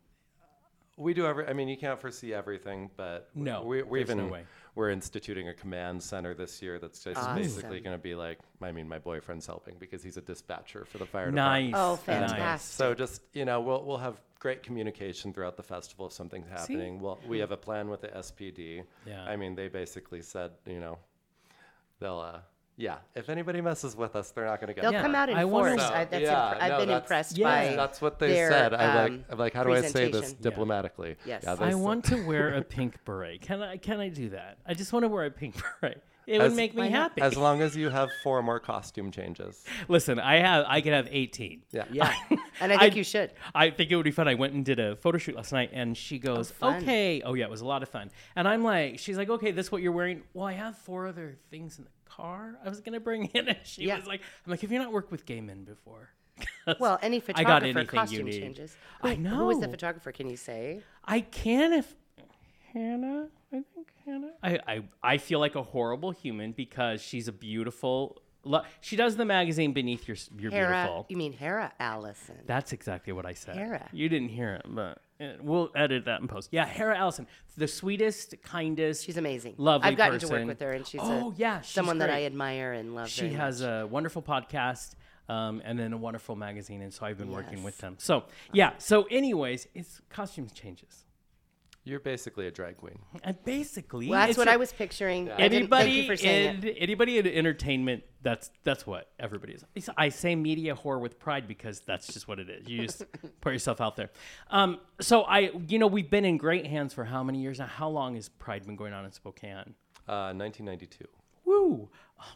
Speaker 4: we do every. I mean, you can't foresee everything, but w-
Speaker 2: No,
Speaker 4: we, we
Speaker 2: there's
Speaker 4: even
Speaker 2: no way.
Speaker 4: we're instituting a command center this year. That's just
Speaker 3: Awesome.
Speaker 4: basically going to be like. I mean, my boyfriend's helping because he's a dispatcher for the fire
Speaker 2: Nice.
Speaker 4: department.
Speaker 3: Oh,
Speaker 2: Nice.
Speaker 3: fantastic.
Speaker 4: So just you know, we'll we'll have great communication throughout the festival if something's happening. Well,
Speaker 3: Hmm.
Speaker 4: we have a plan with the SPD.
Speaker 2: Yeah.
Speaker 4: I mean, they basically said, you know, they'll. uh yeah, if anybody messes with us, they're not going to get.
Speaker 3: They'll
Speaker 4: mad.
Speaker 3: come out in
Speaker 2: I wanna-
Speaker 3: force.
Speaker 4: So,
Speaker 3: I, that's
Speaker 4: yeah,
Speaker 3: impre- I've
Speaker 4: no,
Speaker 3: been
Speaker 4: that's-
Speaker 3: impressed
Speaker 2: Yeah.
Speaker 3: by.
Speaker 4: That's what they
Speaker 3: their,
Speaker 4: said. I like.
Speaker 3: um,
Speaker 4: I'm like, how do I say this
Speaker 3: presentation.
Speaker 4: diplomatically?
Speaker 3: Yes.
Speaker 4: Yeah, they
Speaker 2: I
Speaker 4: said-
Speaker 2: want to wear a pink beret. Can I? Can I do that? I just want to wear a pink beret. It would
Speaker 4: As-
Speaker 2: make me
Speaker 4: Why not?
Speaker 2: happy.
Speaker 4: As long as you have four more costume changes.
Speaker 2: Listen, I have. I could have eighteen.
Speaker 4: Yeah.
Speaker 3: yeah. And I think
Speaker 2: I-
Speaker 3: you should.
Speaker 2: I think it would be fun. I went and did a photo shoot last night, and she goes,
Speaker 3: fun.
Speaker 2: "Okay, oh yeah, it was a lot of fun." And I'm like, "She's like, okay, this is what you're wearing." Well, I have four other things in the car I was gonna bring in, and she
Speaker 3: Yeah.
Speaker 2: was like, "I'm like, have you not worked with gay men before?"
Speaker 3: Well, any
Speaker 2: I got
Speaker 3: photographer
Speaker 2: anything you
Speaker 3: costume
Speaker 2: need.
Speaker 3: changes.
Speaker 2: I
Speaker 3: Who- Who was the
Speaker 2: know.
Speaker 3: photographer? Can you say?
Speaker 2: I can if Hannah. I think Hannah. I I, I feel like a horrible human because she's a beautiful. Lo- she does the magazine beneath your S- your
Speaker 3: Hera.
Speaker 2: beautiful.
Speaker 3: You mean Hera Allison?
Speaker 2: That's exactly what I said.
Speaker 3: Hera.
Speaker 2: You didn't hear it, but uh, we'll edit that in post. Yeah, Hera Allison, the sweetest, kindest.
Speaker 3: she's amazing.
Speaker 2: Lovely
Speaker 3: I've gotten to
Speaker 2: person.
Speaker 3: work with her, and she's a-
Speaker 2: Oh, yeah, she's
Speaker 3: someone that I
Speaker 2: great.
Speaker 3: admire and love.
Speaker 2: She
Speaker 3: very much.
Speaker 2: has a wonderful podcast um, and then a wonderful magazine, and so I've been working with them. So yeah. So anyways, it's costumes changes.
Speaker 4: You're basically a drag queen.
Speaker 2: And basically,
Speaker 3: Well, that's
Speaker 2: it's
Speaker 3: what
Speaker 2: a-
Speaker 3: I was picturing. I didn't- thank you
Speaker 2: Anybody
Speaker 3: for saying it.
Speaker 2: in anybody in entertainment, that's that's what everybody is. It's- I say media whore with pride because that's just what it is. You just put yourself out there. Um, so I, you know, we've been in great hands for how many years now? How long has Pride been going on in Spokane?
Speaker 4: Uh, 1992.
Speaker 2: Woo!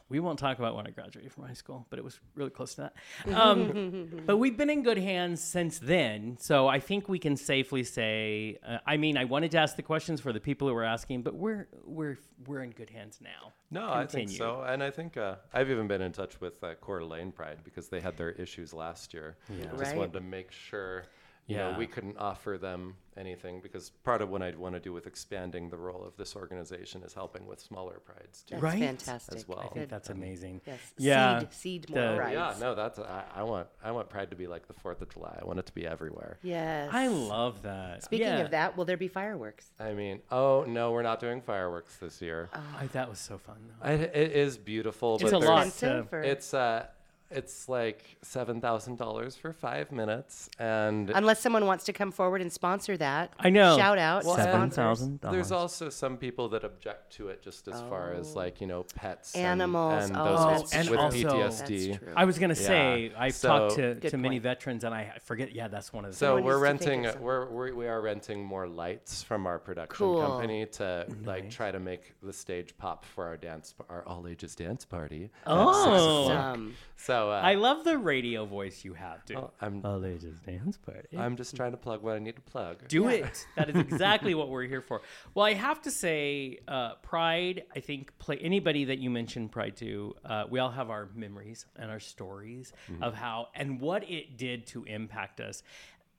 Speaker 2: We won't talk about when I graduated from high school, but it was really close to that. Um, but we've been in good hands since then, so I think we can safely say. Uh, I mean, I wanted to ask the questions for the people who were asking, but we're we're we're in good hands now.
Speaker 4: No, I think
Speaker 2: Continue.
Speaker 4: so. And I think uh, I've even been in touch with uh, Coeur d'Alene Pride because they had their issues last year. Just
Speaker 3: Right.
Speaker 4: wanted to make sure you know,
Speaker 2: Yeah.
Speaker 4: we couldn't offer them anything because part of what I'd want to do with expanding the role of this organization is helping with smaller prides too.
Speaker 3: That's
Speaker 2: Right?
Speaker 3: fantastic.
Speaker 4: As well.
Speaker 2: I think that's amazing.
Speaker 3: um, Yes.
Speaker 2: Yeah.
Speaker 3: Seed, seed more
Speaker 2: The-
Speaker 3: rights.
Speaker 4: Yeah, no, that's I, I want I want Pride to be like the Fourth of July. I want it to be everywhere.
Speaker 3: Yes.
Speaker 2: I love that.
Speaker 3: Speaking
Speaker 2: Yeah.
Speaker 3: of that, will there be fireworks?
Speaker 4: I mean, oh no, we're not doing fireworks this year.
Speaker 3: Oh.
Speaker 2: I, that was so fun. Though.
Speaker 4: I, it is beautiful.
Speaker 2: It's
Speaker 4: but
Speaker 2: a
Speaker 4: there's-
Speaker 2: lot.
Speaker 3: Expensive
Speaker 2: to-
Speaker 3: or-
Speaker 4: It's uh, it's like seven thousand dollars for five minutes, and
Speaker 3: Unless someone wants to come forward and sponsor that.
Speaker 2: I know.
Speaker 3: Shout out.
Speaker 4: Well,
Speaker 3: to
Speaker 4: and
Speaker 2: Seven
Speaker 3: sponsors.
Speaker 2: thousand
Speaker 4: There's
Speaker 2: dollars.
Speaker 4: also some people that object to it just as far as like, you know, pets. and-
Speaker 3: Oh. Animals.
Speaker 4: And,
Speaker 3: Oh,
Speaker 4: those
Speaker 3: that's
Speaker 4: with,
Speaker 2: true.
Speaker 4: with
Speaker 2: And also-
Speaker 4: PTSD.
Speaker 3: That's true.
Speaker 2: I was gonna say
Speaker 4: Yeah.
Speaker 2: I've
Speaker 4: So-
Speaker 2: talked to,
Speaker 3: Good
Speaker 2: to many
Speaker 3: point.
Speaker 2: veterans, and I I forget. Yeah, that's one of the.
Speaker 4: So
Speaker 3: Someone
Speaker 4: we're
Speaker 3: needs to think
Speaker 4: renting,
Speaker 3: of something.
Speaker 4: we're, we're, we are renting more lights from our production
Speaker 3: Cool.
Speaker 4: company to like try to make the stage pop for our dance, our all ages dance party. at six
Speaker 2: Oh.
Speaker 4: o'clock.
Speaker 3: Um,
Speaker 4: so uh,
Speaker 2: I love the radio voice you have, dude.
Speaker 4: well, I'm,
Speaker 2: Oh, they just dance party.
Speaker 4: I'm just trying to plug what I need to plug.
Speaker 2: Do it. That is exactly what we're here for. Well, I have to say, uh, Pride. I think play anybody that you mentioned Pride to. Uh, we all have our memories and our stories of how and what it did to impact us.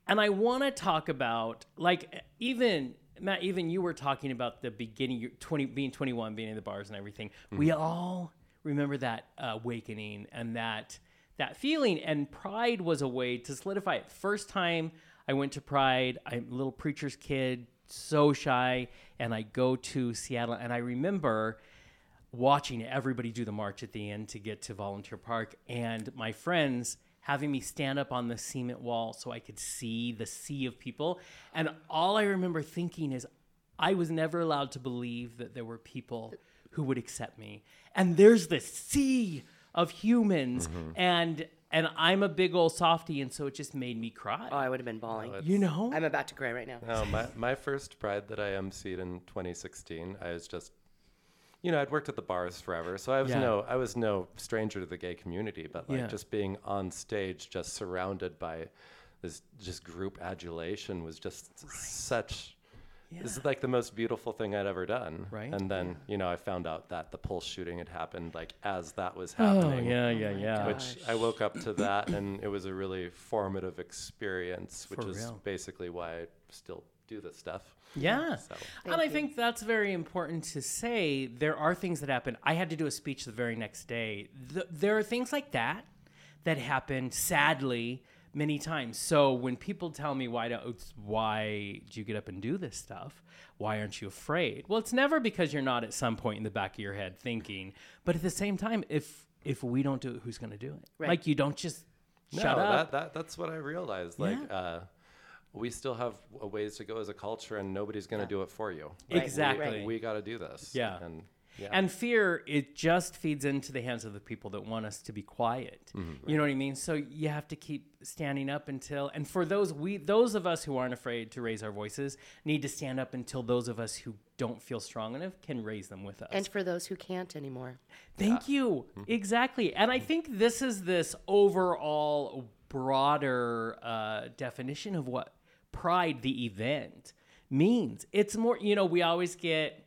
Speaker 2: And I want to talk about like even Matt. Even you were talking about the beginning, you're twenty, being twenty one, being in the bars and everything. We all remember that uh, awakening and that that feeling and pride was a way to solidify it first time i went to pride i'm a little preacher's kid so shy and i go to seattle and i remember watching everybody do the march at the end to get to volunteer park and my friends having me stand up on the cement wall so i could see the sea of people and all i remember thinking is i was never allowed to believe that there were people who would accept me and there's this sea of humans and and i'm a big old softy and so it just made me cry
Speaker 3: oh, I would have been bawling.
Speaker 2: you know
Speaker 3: I'm about to cry right now.
Speaker 4: No, my, my first pride that I emceed in 2016, I was just, you know, I'd worked at the bars forever, so I was
Speaker 2: Yeah.
Speaker 4: no, I was no stranger to the gay community, but like
Speaker 2: Yeah.
Speaker 4: just being on stage, just surrounded by this just group adulation was just such. This is like the most beautiful thing I'd ever done.
Speaker 2: Right?
Speaker 4: And then, you know, I found out that the Pulse shooting had happened like as that was happening.
Speaker 2: Oh, yeah yeah yeah
Speaker 4: Which I woke up to that, and it was a really formative experience, which
Speaker 2: For
Speaker 4: is
Speaker 2: real.
Speaker 4: basically why I still do this stuff.
Speaker 2: Yeah.
Speaker 4: So-
Speaker 2: and I think that's very important to say. There are things that happen. I had to do a speech the very next day. Th- there are things like that that happen, sadly, many times. So when people tell me, why, do, it's why do you get up and do this stuff? Why aren't you afraid? Well, it's never because you're not at some point in the back of your head thinking. But at the same time, if if we don't do it, who's going to do it?
Speaker 3: Right.
Speaker 2: Like, you don't just shut
Speaker 4: no,
Speaker 2: up.
Speaker 4: That, that, that's what I realized. Like, uh, we still have a ways to go as a culture, and nobody's going to do it for you. Like, we-
Speaker 2: Exactly.
Speaker 4: We, got to do this.
Speaker 2: Yeah.
Speaker 4: And yeah.
Speaker 2: And fear, it just feeds into the hands of the people that want us to be quiet. You know what I mean? So you have to keep standing up until and for those we those of us who aren't afraid to raise our voices need to stand up until those of us who don't feel strong enough can raise them with us.
Speaker 3: And for those who can't anymore.
Speaker 2: Thank you. Exactly. And I think this is this overall broader uh, definition of what pride, the event, means. It's more, you know, we always get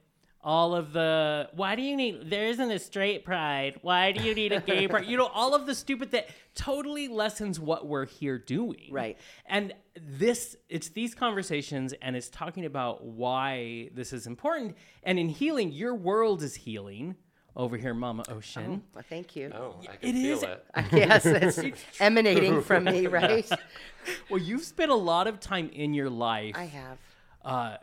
Speaker 2: all of the why do you need there isn't a straight pride why do you need a gay pride you know all of the stupid that totally lessens what we're here doing
Speaker 3: Right.
Speaker 2: and this, it's these conversations and it's talking about why this is important. And in healing, your world is healing over here, Mama Ocean.
Speaker 3: Well, thank you.
Speaker 4: oh, I
Speaker 2: it
Speaker 4: can feel
Speaker 2: is-
Speaker 4: it.
Speaker 3: Yes, it's emanating from me, right?
Speaker 2: Well, you've spent a lot of time in your life
Speaker 3: I have.
Speaker 2: uh,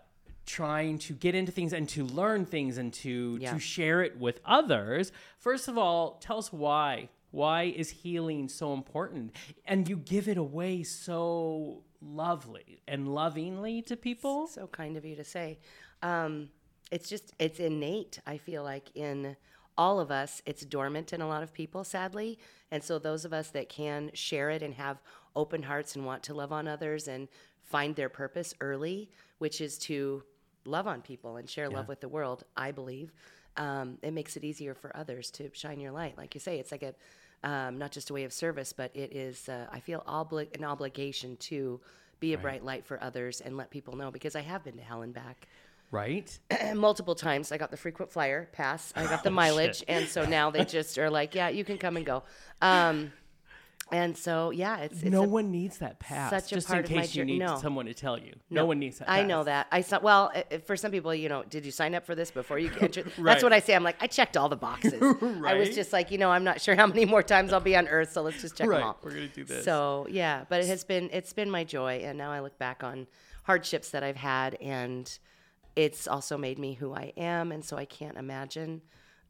Speaker 2: trying to get into things and to learn things and to
Speaker 3: Yeah.
Speaker 2: to share it with others. First of all, tell us why. Why is healing so important? And you give it away so lovely and lovingly to people.
Speaker 3: So kind of you to say. Um, it's just, it's innate, I feel like, in all of us. It's dormant in a lot of people, sadly. And so, those of us that can share it and have open hearts and want to love on others and find their purpose early, which is to love on people and share love with the world, I believe, um, it makes it easier for others to shine your light. Like you say, it's like a um, not just a way of service, but it is. Uh, I feel obli- an obligation to be a bright light for others and let people know because I have been to hell and back
Speaker 2: Right?
Speaker 3: multiple times. I got the frequent flyer pass. I got the mileage, and so now they just are like, "Yeah, you can come and go." Um, and so, yeah, it's, it's
Speaker 2: no
Speaker 3: a-
Speaker 2: one needs that pass.
Speaker 3: such a
Speaker 2: just
Speaker 3: part
Speaker 2: in
Speaker 3: of my
Speaker 2: case you
Speaker 3: journey.
Speaker 2: need
Speaker 3: No.
Speaker 2: someone to tell you. No, one needs that.
Speaker 3: I know
Speaker 2: pass.
Speaker 3: that. I saw. Well, i- i- for some people, you know, did you sign up for this before you entered?
Speaker 2: Right.
Speaker 3: That's what I say. I'm like, I checked all the boxes. I
Speaker 2: Right.
Speaker 3: was just like, you know, I'm not sure how many more times I'll be on Earth, so let's just check
Speaker 2: Right.
Speaker 3: them all.
Speaker 2: We're gonna do this.
Speaker 3: So yeah, but it has been it's been my joy, and now I look back on hardships that I've had, and it's also made me who I am, and so I can't imagine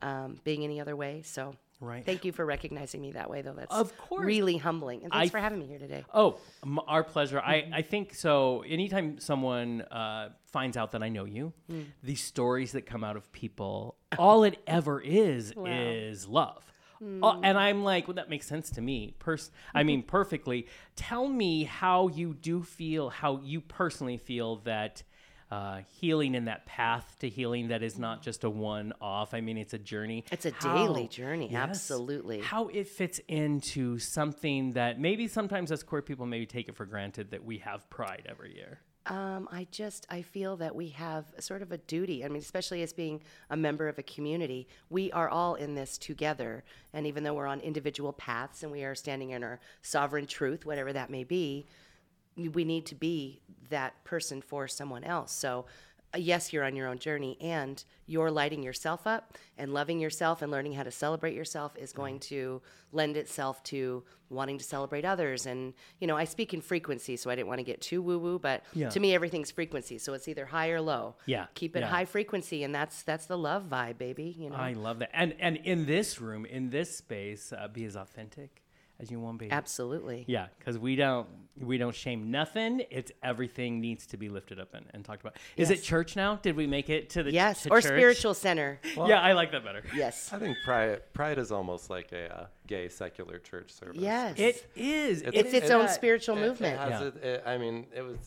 Speaker 3: um, being any other way. So.
Speaker 2: Right.
Speaker 3: Thank you for recognizing me that way, though. That's
Speaker 2: Of course.
Speaker 3: really humbling, and thanks
Speaker 2: I-
Speaker 3: for having me here today.
Speaker 2: Oh, m- our pleasure.
Speaker 3: Mm-hmm.
Speaker 2: I, I think so. Anytime someone uh, finds out that I know you,
Speaker 3: Mm.
Speaker 2: the stories that come out of people, all it ever is is love.
Speaker 3: Mm.
Speaker 2: Oh, and I'm like, well, that makes sense to me. Pers-
Speaker 3: Mm-hmm.
Speaker 2: I mean, perfectly. Tell me how you do feel, how you personally feel that uh, healing and that path to healing that is not just a one off. I mean, it's a journey.
Speaker 3: Mm. It's a
Speaker 2: How-
Speaker 3: daily journey, absolutely.
Speaker 2: How it fits into something that maybe sometimes as queer people maybe take it for granted that we have pride every year.
Speaker 3: Um, I just I feel that we have sort of a duty. I mean, especially as being a member of a community, we are all in this together. And even though we're on individual paths and we are standing in our sovereign truth, whatever that may be, we need to be that person for someone else. So, uh, yes, you're on your own journey and you're lighting yourself up and loving yourself and learning how to celebrate yourself is going to lend itself to wanting to celebrate others. And, you know, I speak in frequency, so I didn't want to get too woo woo, but to me, everything's frequency. So it's either high or low.
Speaker 2: Yeah,
Speaker 3: Keep it
Speaker 2: yeah.
Speaker 3: high frequency. And that's, that's the love vibe, baby. You know,
Speaker 2: I love that. And and in this room, in this space, uh, be as authentic as you want to be.
Speaker 3: absolutely.
Speaker 2: Yeah, because we don't we don't shame nothing. It's everything needs to be lifted up and, and talked about. Is it church now? Did we make it to the
Speaker 3: Yes.
Speaker 2: to
Speaker 3: Or
Speaker 2: church?
Speaker 3: spiritual center.
Speaker 2: yeah, I like that better.
Speaker 3: Yes.
Speaker 4: I think pride, pride is almost like a uh, gay secular church service.
Speaker 3: Yes.
Speaker 2: It is.
Speaker 3: It's its own
Speaker 4: Yeah,
Speaker 3: spiritual
Speaker 4: it-
Speaker 3: movement.
Speaker 4: It has
Speaker 2: Yeah.
Speaker 4: it- it- I mean, it was.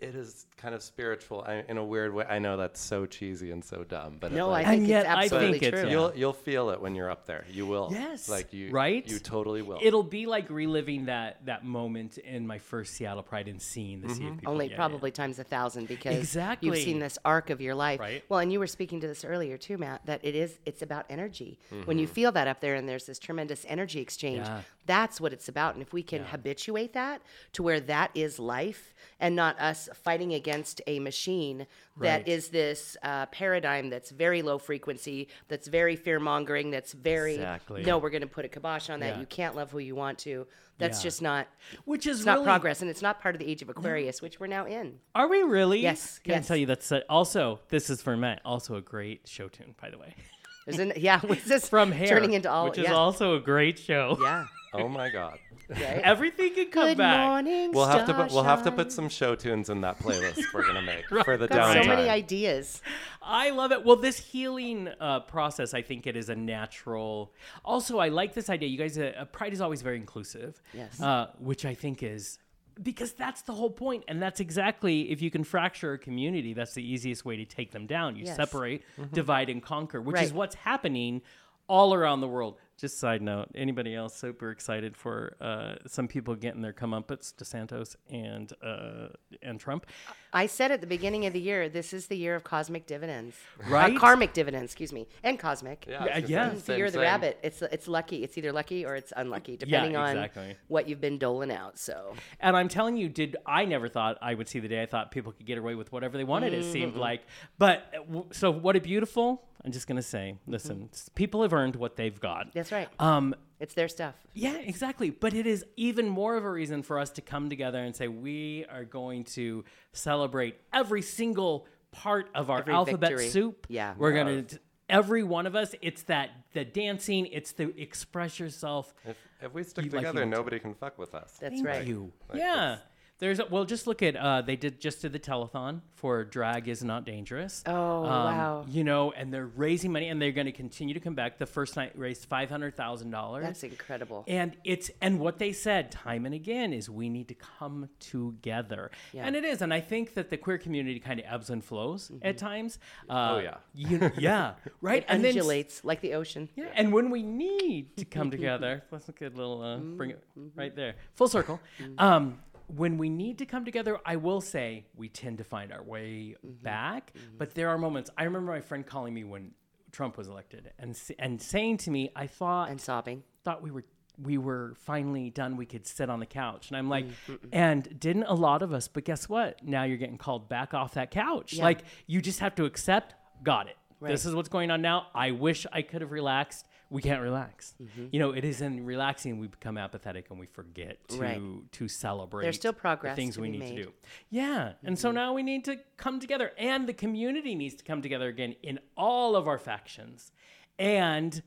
Speaker 4: It is kind of spiritual I, in a weird way. I know that's so cheesy and so dumb, but it,
Speaker 3: No,
Speaker 4: like,
Speaker 3: I think
Speaker 2: And yet
Speaker 3: it's
Speaker 2: I
Speaker 3: absolutely
Speaker 2: think it's-
Speaker 3: true.
Speaker 2: yeah.
Speaker 4: you'll you'll feel it when you're up there. You will.
Speaker 2: Yes.
Speaker 4: Like you.
Speaker 2: Right?
Speaker 4: You totally will.
Speaker 2: It'll be like reliving that that moment in my first Seattle Pride and seeing the sea of people.
Speaker 3: Mm-hmm. Only
Speaker 2: Yeah, yeah.
Speaker 3: probably times a thousand because
Speaker 2: Exactly.
Speaker 3: you've seen this arc of your life.
Speaker 2: Right.
Speaker 3: Well, and you were speaking to this earlier too, Matt, that it is it's about energy. When you feel that up there and there's this tremendous energy exchange,
Speaker 2: Mm-hmm. Yeah.
Speaker 3: that's what it's about. And if we can habituate that to where that is life and not us fighting against a machine
Speaker 2: Right.
Speaker 3: that is this uh, paradigm that's very low frequency, that's very fear mongering, that's very
Speaker 2: Exactly.
Speaker 3: no, we're gonna put a kibosh on that.
Speaker 2: Yeah.
Speaker 3: You can't love who you want to. That's
Speaker 2: Yeah.
Speaker 3: just not
Speaker 2: Which is
Speaker 3: it's
Speaker 2: really
Speaker 3: not progress and it's not part of the age of aquarius which we're now in
Speaker 2: Are we really?
Speaker 3: Yes,
Speaker 2: Can I
Speaker 3: yes.
Speaker 2: tell you that's uh, also this is for Matt. Also a great show tune, by the way.
Speaker 3: There's an, yeah was this
Speaker 2: From Hair,
Speaker 3: turning into all
Speaker 2: which
Speaker 3: yeah,
Speaker 2: is also a great show.
Speaker 3: yeah
Speaker 4: oh my god.
Speaker 3: right?
Speaker 2: Everything can come
Speaker 3: good
Speaker 2: back.
Speaker 3: morning
Speaker 4: We'll have to
Speaker 3: star
Speaker 4: put, we'll have to
Speaker 3: shine.
Speaker 4: put some show tunes in that playlist we're gonna make for the
Speaker 3: Got
Speaker 4: downtime.
Speaker 3: so many ideas
Speaker 2: I love it. Well, this healing uh, process, I think it is a natural. Also, I like this idea. You guys, uh, uh, Pride is always very inclusive.
Speaker 3: Yes.
Speaker 2: Uh, which I think is because that's the whole point, and that's exactly if you can fracture a community, that's the easiest way to take them down. You
Speaker 3: Yes. Mm-hmm.
Speaker 2: separate, divide, and conquer, which is
Speaker 3: Right.
Speaker 2: what's happening all around the world. Just side note, anybody else super excited for uh, some people getting their comeuppance, DeSantos and uh, and Trump,
Speaker 3: i said at the beginning of the year this is the year of cosmic dividends Uh,
Speaker 2: Right?
Speaker 3: karmic dividends excuse me and cosmic
Speaker 4: I was
Speaker 2: Yeah, yeah.
Speaker 4: gonna say the
Speaker 3: it's the
Speaker 4: same
Speaker 3: year of the
Speaker 4: thing.
Speaker 3: rabbit. It's it's lucky. It's either lucky or it's unlucky, depending on
Speaker 2: exactly.
Speaker 3: what you've been doling out. So
Speaker 2: And I'm telling you, did I never thought I would see the day. I thought people could get away with whatever they wanted.
Speaker 3: Mm-hmm.
Speaker 2: It seemed like, but uh, w- so what a beautiful. I'm just gonna say, listen, s people have earned what they've got.
Speaker 3: Mm-hmm. that's right.
Speaker 2: Um,
Speaker 3: Uh, it's their stuff.
Speaker 2: yeah, exactly. But it is even more of a reason for us to come together and say we are going to celebrate every single part of our
Speaker 3: Every
Speaker 2: alphabet
Speaker 3: victory.
Speaker 2: soup.
Speaker 3: Yeah.
Speaker 2: we're gonna. t- Every one of us, it's that the dancing, it's the express yourself.
Speaker 4: If, if we stick
Speaker 2: You- like you
Speaker 4: together,
Speaker 2: want to.
Speaker 4: nobody can fuck with us.
Speaker 3: That's
Speaker 2: Thank
Speaker 3: right.
Speaker 2: you. yeah. There's well, just look at uh, they did just did the telethon for Drag Is Not Dangerous. Um,
Speaker 3: Oh, wow.
Speaker 2: You know, and they're raising money, and they're going to continue to come back. The first night raised five hundred thousand dollars.
Speaker 3: That's incredible.
Speaker 2: And it's and what they said time and again is we need to come together,
Speaker 3: Yeah.
Speaker 2: and it is. And I think that the queer community kind of ebbs and flows at times. Uh,
Speaker 4: Oh, yeah.
Speaker 2: you- yeah, right.
Speaker 3: Mm-hmm. It
Speaker 2: and then s-
Speaker 3: undulates like the ocean.
Speaker 2: yeah. And when we need to come together, that's a good little uh, bring it right there, full circle. Um, when we need to come together, I will say we tend to find our way back. But there are moments. I remember my friend calling me when Trump was elected and s- and saying to me, "I thought
Speaker 3: And sobbing.
Speaker 2: thought we were we were finally done we could sit on the couch and i'm like
Speaker 3: Mm,
Speaker 2: and didn't a lot of us but guess what now you're getting called back off that couch
Speaker 3: Yeah.
Speaker 2: like you just have to accept got it
Speaker 3: Right.
Speaker 2: this is what's going on now i wish i could have relaxed we can't relax
Speaker 3: Mm-hmm.
Speaker 2: you know it is in relaxing we become apathetic and we forget to
Speaker 3: Right.
Speaker 2: to celebrate
Speaker 3: There's still
Speaker 2: the
Speaker 3: progress
Speaker 2: things
Speaker 3: to
Speaker 2: we
Speaker 3: be
Speaker 2: need to
Speaker 3: made. Mm-hmm.
Speaker 2: do yeah and so now we need to come together and the community needs to come together again in all of our factions and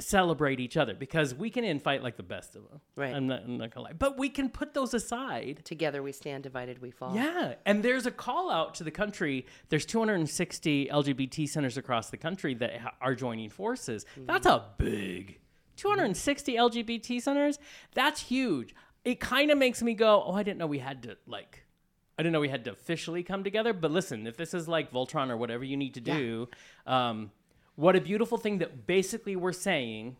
Speaker 2: celebrate each other because we can infight like the best of them.
Speaker 3: Right.
Speaker 2: I'm not, I'm not gonna lie, but we can put those aside.
Speaker 3: Together we stand, divided we fall.
Speaker 2: Yeah, and there's a call out to the country. There's 260 LGBT centers across the country that ha- are joining forces. That's a big 260 LGBT centers. That's huge. It kind of makes me go, "Oh, I didn't know we had to like I didn't know we had to officially come together, but listen, if this is like Voltron or whatever you need to do, um, what a beautiful thing that basically we're saying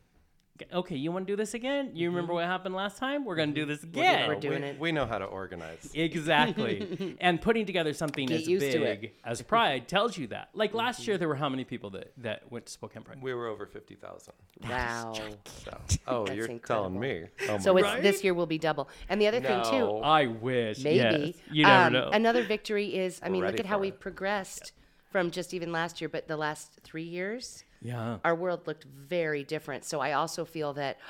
Speaker 2: okay, you want to do this again? You remember what happened last time? We're going to do this again.
Speaker 3: We're doing
Speaker 4: we,
Speaker 3: it.
Speaker 4: we know how to organize.
Speaker 2: Exactly. and putting together something
Speaker 3: Get
Speaker 2: as
Speaker 3: used to it. Mm-hmm.
Speaker 2: big as Pride tells you that. Like last year, there were how many people that, that went to Spokane Pride?
Speaker 4: We were over 50,000.
Speaker 3: Wow.
Speaker 4: So. Oh,
Speaker 3: That's
Speaker 4: you're
Speaker 3: incredible.
Speaker 4: telling me. Oh
Speaker 3: So
Speaker 4: my
Speaker 3: it's this year will be double. And the other thing too,
Speaker 4: No.
Speaker 2: I wish.
Speaker 3: maybe
Speaker 2: Yes. You never
Speaker 3: um,
Speaker 2: know.
Speaker 3: another victory is. I mean,
Speaker 4: We're
Speaker 3: look
Speaker 4: ready
Speaker 3: at how
Speaker 4: for
Speaker 3: we've
Speaker 4: it.
Speaker 3: progressed from just even last year, but the last three years.
Speaker 2: yeah.
Speaker 3: our world looked very different. So I also feel that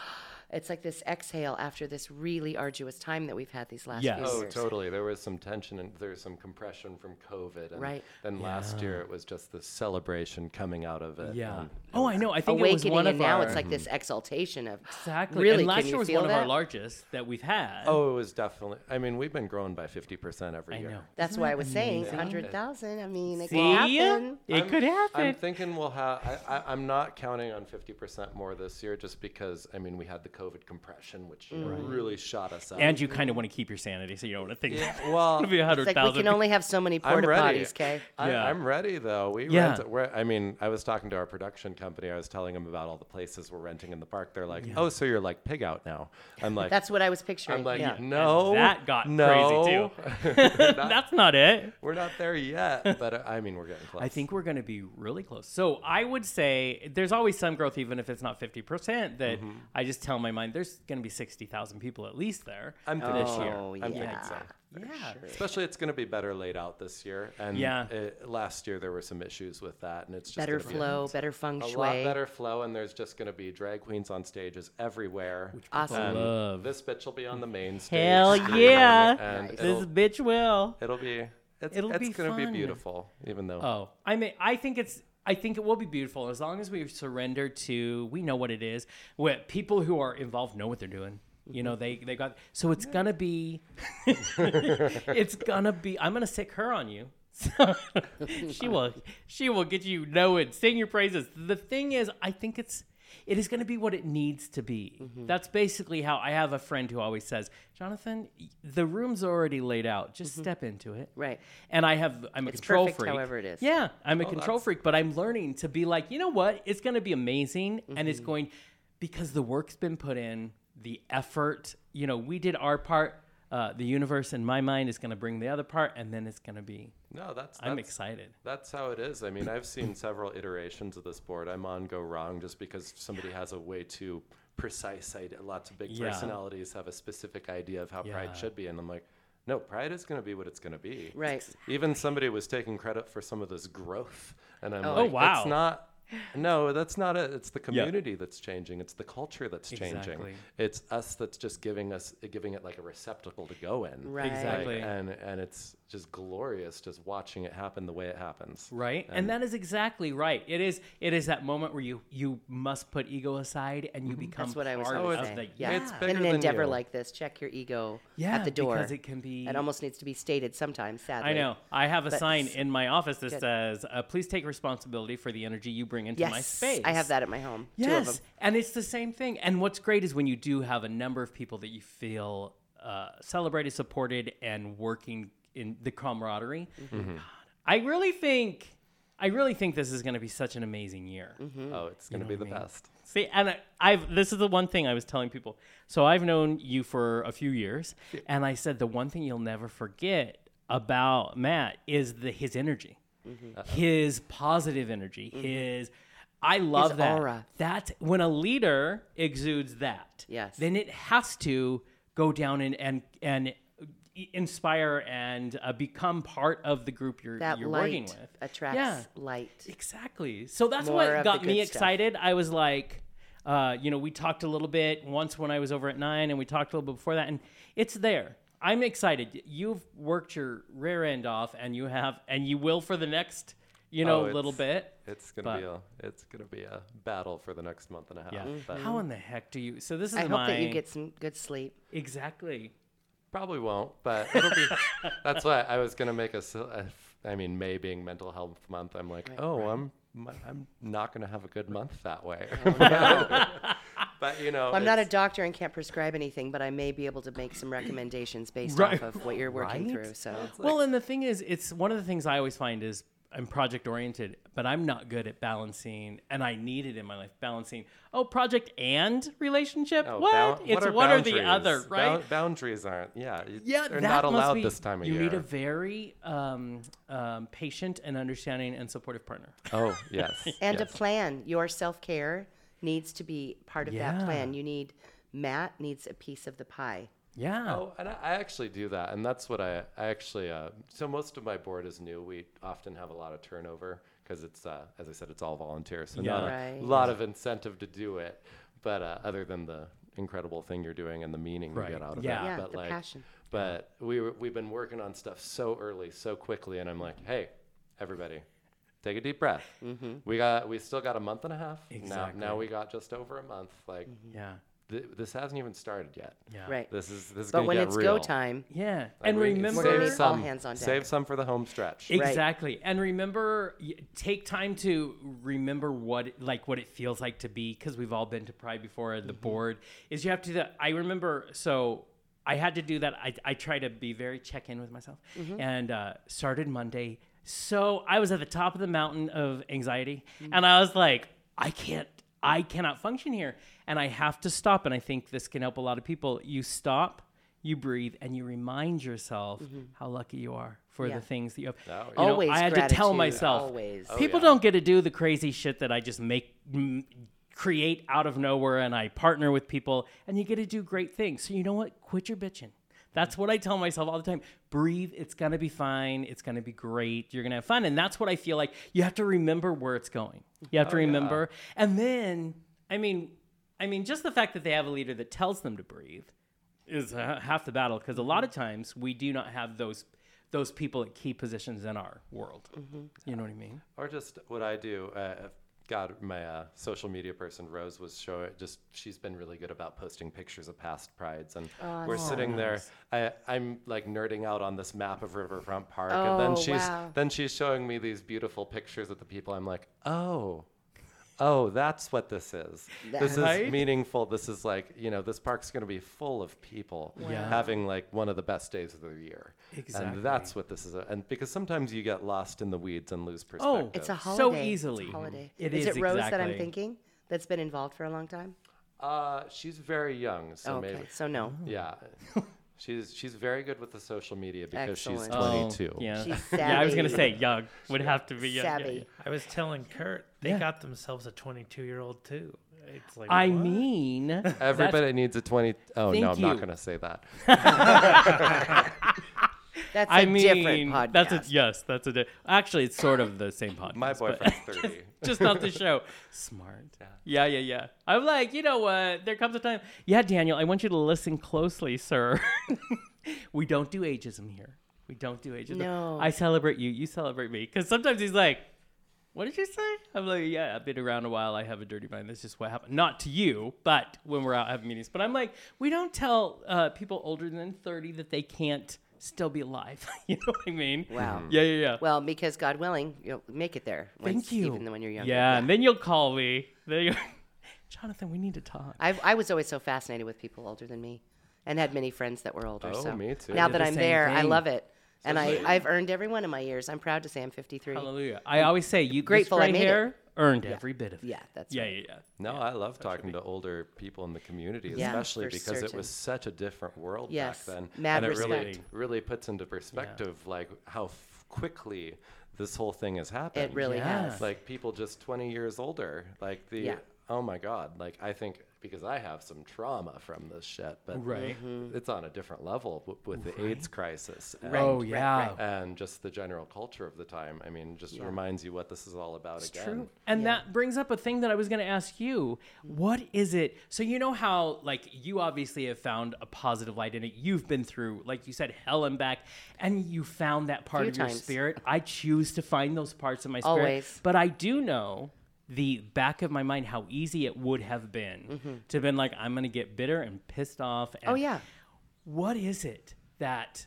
Speaker 3: it's like this exhale after this really arduous time that we've had these last
Speaker 2: Yes.
Speaker 3: few
Speaker 4: Oh,
Speaker 3: years.
Speaker 4: totally. There was some tension and there was some compression from COVID. And
Speaker 3: Right.
Speaker 4: Then last year it was just the celebration coming out of it.
Speaker 2: Yeah.
Speaker 4: and-
Speaker 2: Oh, I know. I think it was
Speaker 3: Um, Awakening,
Speaker 2: one
Speaker 3: and
Speaker 2: of
Speaker 3: now
Speaker 2: our,
Speaker 3: it's like this exaltation of
Speaker 2: exactly.
Speaker 3: Really,
Speaker 2: and last
Speaker 3: can
Speaker 2: year
Speaker 3: you
Speaker 2: was
Speaker 3: feel
Speaker 2: one of our
Speaker 3: that?
Speaker 2: largest that we've had.
Speaker 4: Oh, it was definitely. I mean, we've been growing by 50% every
Speaker 2: I
Speaker 4: year.
Speaker 2: know.
Speaker 3: That's why I was saying
Speaker 4: amazing?
Speaker 3: hundred thousand. I mean, it can
Speaker 2: See,
Speaker 3: happen.
Speaker 2: it
Speaker 4: I'm-
Speaker 2: could happen.
Speaker 4: I'm thinking we'll have. I, I, I'm not counting on 50% more this year, just because. I mean, we had the COVID compression, which you know, really shot us up.
Speaker 2: Mm. and you kind of want to keep your sanity, so you don't want to think
Speaker 4: Yeah,
Speaker 2: that
Speaker 4: well,
Speaker 2: it'll be a
Speaker 3: It's
Speaker 2: hundred
Speaker 3: like we
Speaker 2: thousand.
Speaker 3: can only have so many
Speaker 4: I'm
Speaker 3: porta
Speaker 4: ready.
Speaker 3: potties, okay?
Speaker 4: I,
Speaker 2: Yeah.
Speaker 4: I'm ready though. We
Speaker 2: Yeah.
Speaker 4: rent. We're, I mean, I was talking to our production company. I was telling them about all the places we're renting in the park. They're like, "Oh, so you're like pig out now?" I'm like,
Speaker 3: That's what I was picturing.
Speaker 4: I'm like,
Speaker 3: yeah.
Speaker 4: no,
Speaker 2: that got crazy,
Speaker 4: no, We're not-
Speaker 2: That's not it.
Speaker 4: we're not there yet, but uh, I mean, we're getting close.
Speaker 2: I think we're going to be really close. So I would say there's always some growth, even if it's not 50%, that I just tell my mind there's going to be 60,000 people at least there.
Speaker 4: I'm thinking
Speaker 2: this year.
Speaker 3: Oh,
Speaker 4: I'm thinking
Speaker 3: yeah.
Speaker 4: so.
Speaker 2: yeah.
Speaker 4: Especially, it's going to be better laid out this year. And
Speaker 2: Yeah.
Speaker 4: uh, last year there were some issues with that, and it's just
Speaker 3: Better
Speaker 4: gonna be
Speaker 3: flow, better feng
Speaker 4: A
Speaker 3: shui.
Speaker 4: lot better flow, and there's just going to be drag queens on stages everywhere.
Speaker 3: Awesome.
Speaker 4: And
Speaker 2: Love.
Speaker 4: This bitch will be on the main stage.
Speaker 2: Hell
Speaker 4: too,
Speaker 2: yeah.
Speaker 4: And
Speaker 3: Nice.
Speaker 4: it'll,
Speaker 2: This bitch will.
Speaker 4: it'll be. It's,
Speaker 2: It'll
Speaker 4: it's
Speaker 2: be
Speaker 4: gonna be
Speaker 2: fun.
Speaker 4: beautiful, even though
Speaker 2: Oh, I mean, I think it's. I think it will be beautiful as long as we surrender to we know what it is. What people who are involved know what they're doing. You know, they they got so it's gonna be, it's gonna be. I'm gonna sick her on you. So she will she will get you knowing, sing your praises. The thing is, I think it's it is gonna be what it needs to be. That's basically how I have a friend who always says, Jonathan, the room's already laid out. Just step into it.
Speaker 3: Right.
Speaker 2: And I have I'm a
Speaker 3: It's
Speaker 2: control
Speaker 3: perfect
Speaker 2: freak.
Speaker 3: however it is. Oh,
Speaker 2: Yeah, I'm a control freak, but I'm learning to be like, you know what? It's going to be amazing, and
Speaker 3: Mm-hmm.
Speaker 2: it's going because the work's been put in, the effort. You know, we did our part. Uh, the universe in my mind is going to bring the other part, and then it's going to be.
Speaker 4: no, that's, that's
Speaker 2: I'm excited.
Speaker 4: That's how it is. I mean, I've seen several iterations of this board. I'm on go wrong just because somebody has a way too precise idea. Lots of big
Speaker 2: Yeah.
Speaker 4: personalities have a specific idea of how
Speaker 2: Yeah.
Speaker 4: pride should be, and I'm like, no, pride is going to be what it's going to be.
Speaker 3: Right.
Speaker 4: Even somebody was taking credit for some of this growth, and I'm
Speaker 3: Oh.
Speaker 4: like,
Speaker 2: Oh, wow.
Speaker 4: it's not. No, that's not it. It's the community that's changing. It's the culture that's changing.
Speaker 2: Exactly.
Speaker 4: It's us that's just giving us giving it like a receptacle to go in.
Speaker 3: Right.
Speaker 2: Exactly.
Speaker 4: Like, and and it's just glorious just watching it happen the way it happens.
Speaker 2: right and that is exactly right it is it is that moment where you you must put ego aside and you become
Speaker 3: Mm-hmm. That's what I was
Speaker 2: part
Speaker 3: going
Speaker 2: of
Speaker 3: to say.
Speaker 2: the
Speaker 3: yeah.
Speaker 4: It's
Speaker 3: In
Speaker 4: bigger
Speaker 3: an
Speaker 4: than
Speaker 3: endeavor
Speaker 4: you.
Speaker 3: like this, check your ego
Speaker 2: Yeah,
Speaker 3: at the door.
Speaker 2: because it can be-
Speaker 3: It almost needs to be stated sometimes, sadly.
Speaker 2: I know. I have a
Speaker 3: But
Speaker 2: sign
Speaker 3: s-
Speaker 2: in my office that
Speaker 3: Good.
Speaker 2: says, uh, "Please take responsibility for the energy you bring into
Speaker 3: Yes.
Speaker 2: my space."
Speaker 3: I have that at my home. Two of
Speaker 2: Yes,
Speaker 3: them.
Speaker 2: and it's the same thing. And what's great is when you do have a number of people that you feel uh, celebrated, supported, and working in the camaraderie.
Speaker 3: Mm-hmm.
Speaker 2: God, I really think, I really think this is going to be such an amazing year.
Speaker 3: Mm-hmm.
Speaker 4: Oh, it's gonna be the best.
Speaker 2: See, and I, I've this is the one thing I was telling people. So I've known you for a few years, and I said the one thing you'll never forget about Matt is the his energy,
Speaker 3: Mm-hmm.
Speaker 2: his positive energy, his. I love
Speaker 3: His
Speaker 2: that.
Speaker 3: aura.
Speaker 2: That's when a leader exudes that.
Speaker 3: Yes.
Speaker 2: Then it has to go down and and and inspire and uh, become part of the group you're
Speaker 3: That
Speaker 2: you're working
Speaker 3: light
Speaker 2: with.
Speaker 3: attracts
Speaker 2: Yeah.
Speaker 3: light.
Speaker 2: Exactly. So that's
Speaker 3: More of
Speaker 2: what
Speaker 3: the
Speaker 2: got me
Speaker 3: good stuff.
Speaker 2: excited. I was like, uh, you know, we talked a little bit once when I was over at nine, and we talked a little bit before that, and it's there. I'm excited. You've worked your rear end off, and you have, and you will for the next, you know,
Speaker 4: Oh,
Speaker 2: little bit.
Speaker 4: It's gonna be a it's gonna be a battle for the next month and a half.
Speaker 2: Yeah.
Speaker 4: But
Speaker 2: How in the heck do you? So this is
Speaker 3: I hope
Speaker 2: my
Speaker 3: that you get some good sleep.
Speaker 2: exactly. Mm-hmm.
Speaker 4: Probably won't, but it'll be. that's why I was gonna make a. s- a f- I mean, May being Mental Health Month, I'm like, oh, I'm my- I'm not gonna have a good month that way.
Speaker 2: Oh,
Speaker 4: but you know,
Speaker 3: I'm not a
Speaker 4: it's-
Speaker 3: doctor and can't prescribe anything, but I may be able to make some recommendations based
Speaker 2: Right.
Speaker 3: off of what you're working
Speaker 2: Right?
Speaker 3: through. So
Speaker 2: well, and the thing is, it's one of the things I always find is I'm project oriented, but I'm not good at balancing, and I need it in my life balancing. Oh, project and relationship.
Speaker 4: oh,
Speaker 2: what?
Speaker 4: bound-
Speaker 2: it's
Speaker 4: are
Speaker 2: one or the
Speaker 4: boundaries?
Speaker 2: other,
Speaker 4: Bou-
Speaker 2: right?
Speaker 4: boundaries aren't. Yeah. you-
Speaker 2: yeah,
Speaker 4: They're
Speaker 2: that
Speaker 4: not
Speaker 2: must
Speaker 4: allowed
Speaker 2: be-
Speaker 4: this time of
Speaker 2: you
Speaker 4: year.
Speaker 2: need a very um, um, patient and understanding and supportive partner.
Speaker 4: oh yes.
Speaker 3: and
Speaker 4: yes.
Speaker 3: a plan. Your self care needs to be part of that
Speaker 2: Yeah.
Speaker 3: plan. You need Matt needs a piece of the pie.
Speaker 2: Yeah.
Speaker 4: Oh, and I, I actually do that, and that's what I, I actually. Uh, so most of my board is new. We often have a lot of turnover because it's, uh, as I said, it's all volunteer, so not
Speaker 2: Yeah.
Speaker 4: a
Speaker 3: Right.
Speaker 4: lot of incentive to do it. But uh, other than the incredible thing you're doing and the meaning you
Speaker 2: Right.
Speaker 4: get out of
Speaker 2: Yeah.
Speaker 4: it,
Speaker 3: Yeah,
Speaker 4: but
Speaker 3: the
Speaker 4: like,
Speaker 3: passion.
Speaker 4: but we were, we've been working on stuff so early, so quickly, and I'm like, hey, everybody. Take a deep breath.
Speaker 3: Mm-hmm.
Speaker 4: We got. We still got a month and a half.
Speaker 2: Exactly.
Speaker 4: Now, now we got just over a month. Like
Speaker 3: Mm-hmm.
Speaker 2: Yeah.
Speaker 4: th- this hasn't even started yet.
Speaker 2: Yeah.
Speaker 3: Right.
Speaker 4: This is this is
Speaker 3: but
Speaker 4: gonna
Speaker 3: when
Speaker 4: get
Speaker 3: it's
Speaker 4: real.
Speaker 3: go time,
Speaker 2: Yeah.
Speaker 4: Like,
Speaker 2: and
Speaker 4: we-
Speaker 2: remember,
Speaker 3: gonna need all hands on deck.
Speaker 4: Save some for the home stretch.
Speaker 3: Right.
Speaker 2: Exactly. And remember y- take time to remember what it- like what it feels like to be cuz we've all been to pride before and the board is you have to do that. I remember so I had to do that. I, I try to be very check in with myself and uh, started Monday. So I was at the top of the mountain of anxiety and I was like, I can't, I cannot function here. And I have to stop. And I think this can help a lot of people. You stop, you breathe, and you remind yourself how lucky you are for
Speaker 3: Yeah.
Speaker 2: the things that you have.
Speaker 4: Oh, yeah.
Speaker 2: You know,
Speaker 3: Always
Speaker 2: I had to tell
Speaker 3: gratitude,
Speaker 2: myself.
Speaker 3: always. Oh,
Speaker 2: People
Speaker 4: yeah.
Speaker 2: don't get to do the crazy shit that I just make, m- create out of nowhere, and I partner with people, and you get to do great things. So you know what? Quit your bitching. That's what I tell myself all the time. Breathe. It's gonna be fine. It's gonna be great. You're gonna have fun, and that's what I feel like. You have to remember where it's going. You have to remember, and then I mean, I mean, just the fact that they have a leader that tells them to breathe is uh, half the battle because a lot of times we do not have those those people at key positions in our world.
Speaker 3: Mm-hmm.
Speaker 2: You know what I mean?
Speaker 4: or just what I do. Uh, God, my uh, social media person Rose was showing. Just she's been really good about posting pictures of past prides, and
Speaker 3: Oh,
Speaker 4: we're sitting there. I, I'm like nerding out on this map of Riverfront Park, and
Speaker 3: Oh,
Speaker 4: then she's
Speaker 3: wow.
Speaker 4: then she's showing me these beautiful pictures of the people. I'm like, oh. Oh, that's what this is. This
Speaker 2: Right?
Speaker 4: is meaningful. This is like, you know, this park's going to be full of people having like one of the best days of the year.
Speaker 2: Exactly.
Speaker 4: And that's what this is. uh, And because sometimes you get lost in the weeds and lose perspective.
Speaker 3: Oh, it's a
Speaker 2: So
Speaker 3: holiday. It's a
Speaker 2: easily.
Speaker 3: holiday.
Speaker 2: It
Speaker 3: is
Speaker 2: is
Speaker 3: it Rose that I'm
Speaker 2: exactly.
Speaker 3: thinking that's been involved for a long time?
Speaker 4: Uh, she's very young, so
Speaker 3: okay,
Speaker 4: maybe
Speaker 3: so no,
Speaker 4: yeah. she's she's very good with the social media because she's
Speaker 3: Excellent.
Speaker 2: Oh,
Speaker 4: 22.
Speaker 2: yeah.
Speaker 3: She's
Speaker 2: yeah, I was gonna say
Speaker 3: savvy.
Speaker 2: young would have to be young. yeah,
Speaker 3: savvy.
Speaker 2: yeah.
Speaker 5: I was telling Kurt they
Speaker 2: Yeah.
Speaker 5: got themselves a 22 year old too. It's like
Speaker 2: I
Speaker 5: what?
Speaker 2: mean, that's-
Speaker 4: Everybody needs a 20. Oh
Speaker 2: Thank
Speaker 4: no, I'm not
Speaker 2: you.
Speaker 4: going to say that.
Speaker 3: That's
Speaker 2: I
Speaker 3: a
Speaker 2: mean,
Speaker 3: different
Speaker 2: That's
Speaker 3: podcast.
Speaker 2: a, yes, that's a. Di- Actually, it's sort of the same podcast.
Speaker 4: My
Speaker 2: but-
Speaker 4: boyfriend's 30.
Speaker 2: just not the show. Smart. Yeah. yeah, yeah, I'm like, you know what? There comes a time. Yeah, Daniel, I want you to listen closely, sir. we don't do ageism here. We don't do ageism.
Speaker 3: No.
Speaker 2: I celebrate you. You celebrate me. Because sometimes he's like, what did you say? I'm like, yeah, I've been around a while. I have a dirty mind. That's just what happened. Not to you, but when we're out having meetings. But I'm like, we don't tell uh, people older than 30 that they can't still be alive. you know what I mean?
Speaker 3: Wow.
Speaker 2: Yeah, yeah, yeah.
Speaker 3: Well, because God willing, you'll make it there. once-
Speaker 2: Mm. Thank you.
Speaker 3: Even when you're younger.
Speaker 2: Yeah, and then you'll call me. Then you Jonathan, we need to talk.
Speaker 3: I've, I was always so fascinated with people older than me and had many friends that were older.
Speaker 4: Oh,
Speaker 3: so
Speaker 4: me too. I
Speaker 3: Now
Speaker 4: did
Speaker 3: that
Speaker 2: the
Speaker 3: I'm
Speaker 2: same
Speaker 3: there, I
Speaker 2: thing.
Speaker 3: love it. And I, I've earned every one of my years. I'm proud to say I'm 53.
Speaker 2: Hallelujah. I always say you grateful
Speaker 3: grateful I
Speaker 2: right
Speaker 3: made it.
Speaker 2: here earned every bit of it.
Speaker 3: Yeah, that's
Speaker 2: yeah,
Speaker 3: right.
Speaker 2: yeah, yeah.
Speaker 4: No, I love talking to older people in the community,
Speaker 3: Yeah,
Speaker 4: especially
Speaker 3: for
Speaker 4: because it
Speaker 3: certain.
Speaker 4: was such a different world
Speaker 3: Yes,
Speaker 4: back then.
Speaker 3: mad
Speaker 4: and it really
Speaker 3: respect.
Speaker 4: really puts into perspective like how f- quickly this whole thing has happened.
Speaker 3: really
Speaker 2: Yeah.
Speaker 3: has.
Speaker 4: Like people just 20 years older. Like the
Speaker 3: Yeah.
Speaker 4: oh my god, like I think because I have some trauma from this shit, but
Speaker 2: Right.
Speaker 3: Mm-hmm.
Speaker 4: it's on a different level w- with the AIDS crisis. And
Speaker 2: oh yeah.
Speaker 4: and just the general culture of the time. I mean, just reminds you what this is all about again.
Speaker 2: True. And that brings up a thing that I was going to ask you. What is it? So you know how like you obviously have found a positive light in it. You've been through like you said hell and back and you found that part
Speaker 3: Few
Speaker 2: of your
Speaker 3: times.
Speaker 2: spirit. I choose to find those parts of my spirit.
Speaker 3: Always.
Speaker 2: But I do know the back of my mind how easy it would have been to have been like I'm going to get bitter and pissed off and
Speaker 3: Mm-hmm. Oh, yeah.
Speaker 2: what is it that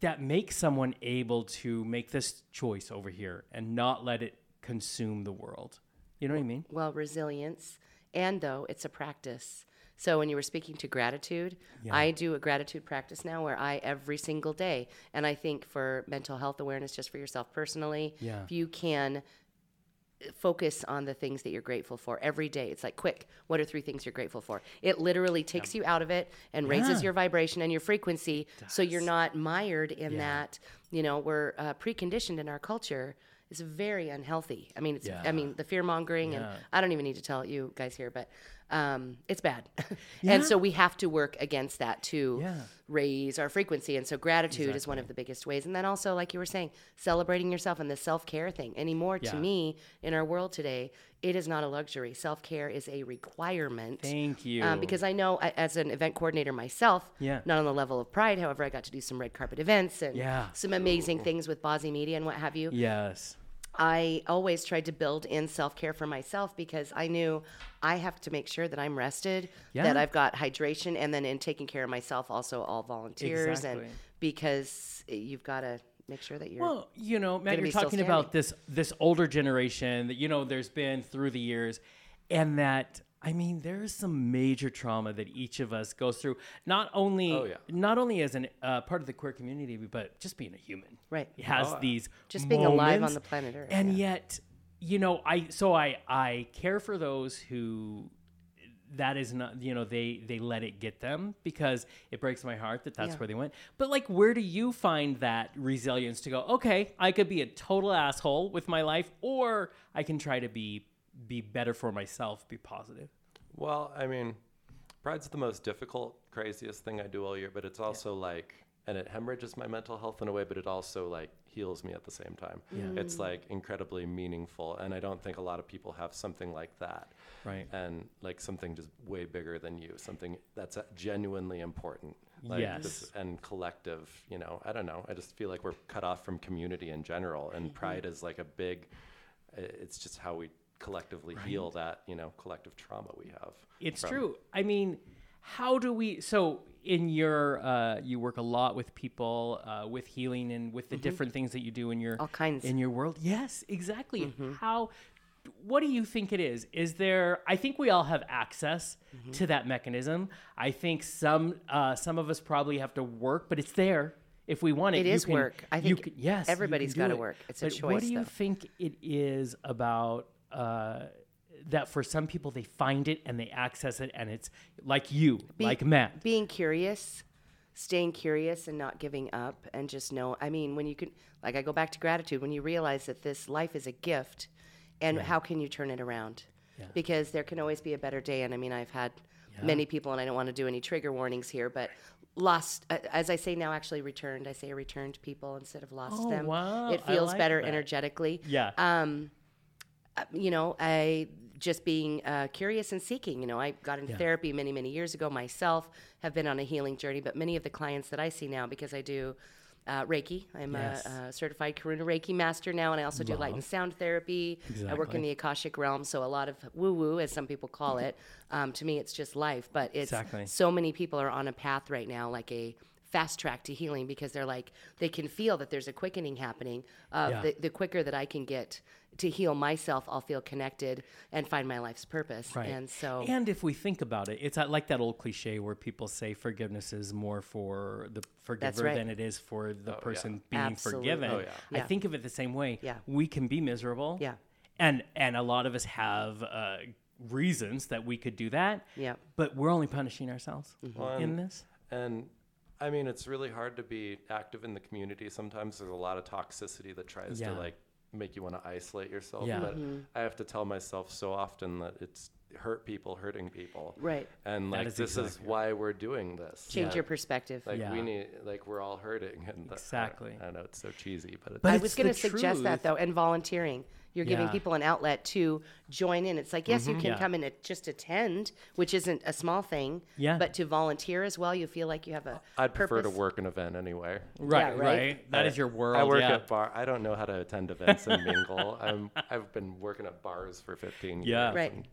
Speaker 2: that makes someone able to make this choice over here and not let it consume the world you know what i mean
Speaker 3: Well, resilience. And though it's a practice. So when you were speaking to gratitude, I do a gratitude practice now where I every single day, and I think for mental health awareness, just for yourself personally,
Speaker 2: Yeah.
Speaker 3: if you can uh, focus on the things that you're grateful for every day. It's like, quick, what are three things you're grateful for? It literally takes you out of it and raises
Speaker 2: Yeah.
Speaker 3: your vibration and your frequency so you're not mired in that. You know, we're uh, preconditioned in our culture. It's very unhealthy. I mean, it's, I
Speaker 2: Yeah.
Speaker 3: mean, the fear mongering, and I don't even need to tell you guys here, but um, it's bad. and so we have to work against that to
Speaker 2: Yeah.
Speaker 3: raise our frequency. And so gratitude is one of the biggest ways. And then also, like you were saying, celebrating yourself and the self care thing anymore to
Speaker 2: Yeah.
Speaker 3: me in our world today, it is not a luxury. Self care is a requirement.
Speaker 2: thank you
Speaker 3: Um, because I know I, as an event coordinator myself,
Speaker 2: Yeah.
Speaker 3: not on the level of pride, however, I got to do some red carpet events and
Speaker 2: Yeah.
Speaker 3: some amazing things with Bozzy Media and what have you.
Speaker 2: yes
Speaker 3: I always tried to build in self care for myself because I knew I have to make sure that I'm rested, that
Speaker 2: Yeah.
Speaker 3: I've got hydration, and then in taking care of myself, also all volunteers. And
Speaker 2: Exactly.
Speaker 3: because you've got to make sure that you're.
Speaker 2: Well, you know, Matt,
Speaker 3: gonna
Speaker 2: you're
Speaker 3: be still
Speaker 2: talking about this this older generation that you know there's been through the years, and that I mean there is some major trauma that each of us goes through. Not only
Speaker 4: Oh, yeah.
Speaker 2: not only as an uh, part of the queer community, but just being a human.
Speaker 3: Right.
Speaker 2: It has these
Speaker 3: Just being alive on
Speaker 2: moments,
Speaker 3: the planet Earth,
Speaker 2: and yet you know I so I I care for those who that is not you know they they let it get them because it breaks my heart that that's
Speaker 3: Yeah.
Speaker 2: where they went but like where do you find that resilience to go okay i could be a total asshole with my life or i can try to be be better for myself be positive
Speaker 4: Well, I mean, pride's the most difficult, craziest thing I do all year, but it's also like, and it hemorrhages my mental health in a way, but it also like heals me at the same time. It's like incredibly meaningful, and I don't think a lot of people have something like that.
Speaker 2: Right.
Speaker 4: And like something just way bigger than you, something that's uh, genuinely important. Like This,
Speaker 2: Yes.
Speaker 4: and collective, you know, I don't know. I just feel like we're cut off from community in general,
Speaker 2: Mm-hmm.
Speaker 4: and pride is like a big. i- It's just how we collectively heal that, you know, collective trauma we have.
Speaker 2: It's
Speaker 4: from-
Speaker 2: true. I mean, how do we? So in your, uh, you work a lot with people, uh, with healing, and with the different things that you do in your
Speaker 3: Mm-hmm. All kinds. Mm-hmm.
Speaker 2: in your world. Yes, exactly. How? What do you think it is? Is there? I think we all have access
Speaker 3: Mm-hmm.
Speaker 2: to that mechanism. I think some uh, some of us probably have to work, but it's there if we want it.
Speaker 3: It
Speaker 2: You
Speaker 3: is
Speaker 2: can-
Speaker 3: work. I
Speaker 2: you
Speaker 3: think
Speaker 2: can- yes,
Speaker 3: everybody's
Speaker 2: got
Speaker 3: gotta work. It's a
Speaker 2: but What
Speaker 3: choice,
Speaker 2: do you
Speaker 3: though.
Speaker 2: think it is about? Uh, that for some people they find it and they access it and it's like you like matt
Speaker 3: being curious staying curious and not giving up and just know i mean when you can like i go back to gratitude when you realize that this life is a gift and how can you turn it around because there can always be a better day and i mean i've had many people and i don't want to do any trigger warnings here but lost uh, as i say now actually returned i say returned people instead of lost
Speaker 2: Oh,
Speaker 3: them
Speaker 2: wow.
Speaker 3: it
Speaker 2: I
Speaker 3: feels
Speaker 2: like
Speaker 3: better
Speaker 2: that.
Speaker 3: energetically
Speaker 2: Yeah.
Speaker 3: um uh, you know i just being uh, curious and seeking you know i got into therapy many many years ago myself have been on a healing journey but many of the clients that i see now because i do uh, Reiki. I'm
Speaker 2: Yes.
Speaker 3: a, uh certified Karuna Reiki master now, and I also do light and sound therapy. I work in the Akashic realm, so a lot of woo woo, as some people call it. Um, to me, it's just life, but it's
Speaker 2: Exactly.
Speaker 3: so many people are on a path right now, like a fast track to healing, because they're like they can feel that there's a quickening happening. Uh,
Speaker 2: Yeah.
Speaker 3: the, the quicker that I can get to heal myself, I'll feel connected and find my life's purpose.
Speaker 2: Right.
Speaker 3: And so,
Speaker 2: and if we think about it, it's uh, like that old cliche where people say forgiveness is more for the forgiver
Speaker 3: right.
Speaker 2: than it is for
Speaker 4: Oh,
Speaker 2: the person being
Speaker 3: Absolutely.
Speaker 2: forgiven.
Speaker 3: Oh,
Speaker 2: I
Speaker 3: yeah. Yeah.
Speaker 2: think of it the same way.
Speaker 3: Yeah.
Speaker 2: We can be miserable.
Speaker 3: Yeah.
Speaker 2: And and a lot of us have uh, reasons that we could do that.
Speaker 3: Yeah. Mm-hmm.
Speaker 2: But we're only punishing ourselves in this.
Speaker 4: And I mean, it's really hard to be active in the community. Sometimes there's a lot of toxicity that tries
Speaker 2: Yeah.
Speaker 4: to like make you want to isolate yourself.
Speaker 2: Yeah.
Speaker 4: But
Speaker 3: Mm-hmm.
Speaker 4: I have to tell myself so often that it's hurt people hurting people.
Speaker 3: Right.
Speaker 4: And like
Speaker 2: is
Speaker 4: this is why we're doing this.
Speaker 3: change
Speaker 4: Yeah.
Speaker 3: your perspective.
Speaker 4: Like
Speaker 2: Yeah.
Speaker 4: we need, like we're all hurting. And the-
Speaker 2: Exactly.
Speaker 4: I know it's so cheesy, but it's
Speaker 2: But
Speaker 3: I
Speaker 2: it's
Speaker 3: was going to
Speaker 2: the
Speaker 3: suggest that
Speaker 2: truth.
Speaker 3: though, and volunteering. You're
Speaker 2: Yeah.
Speaker 3: giving
Speaker 2: Mm-hmm.
Speaker 3: people an outlet to join in. It's like, yes, you can
Speaker 2: Yeah.
Speaker 3: come and a- just attend, which isn't a small thing.
Speaker 2: Yeah.
Speaker 3: But to volunteer as well, you feel like you have a
Speaker 4: I'd prefer to
Speaker 3: purpose.
Speaker 4: work an event anyway.
Speaker 2: Right,
Speaker 3: right?
Speaker 2: right. That is your world.
Speaker 4: I work
Speaker 2: yeah.
Speaker 4: at bar. I don't know how to attend events and mingle. I'm, I've been working at bars for 15
Speaker 2: Yeah.
Speaker 4: years.
Speaker 3: Right.
Speaker 4: and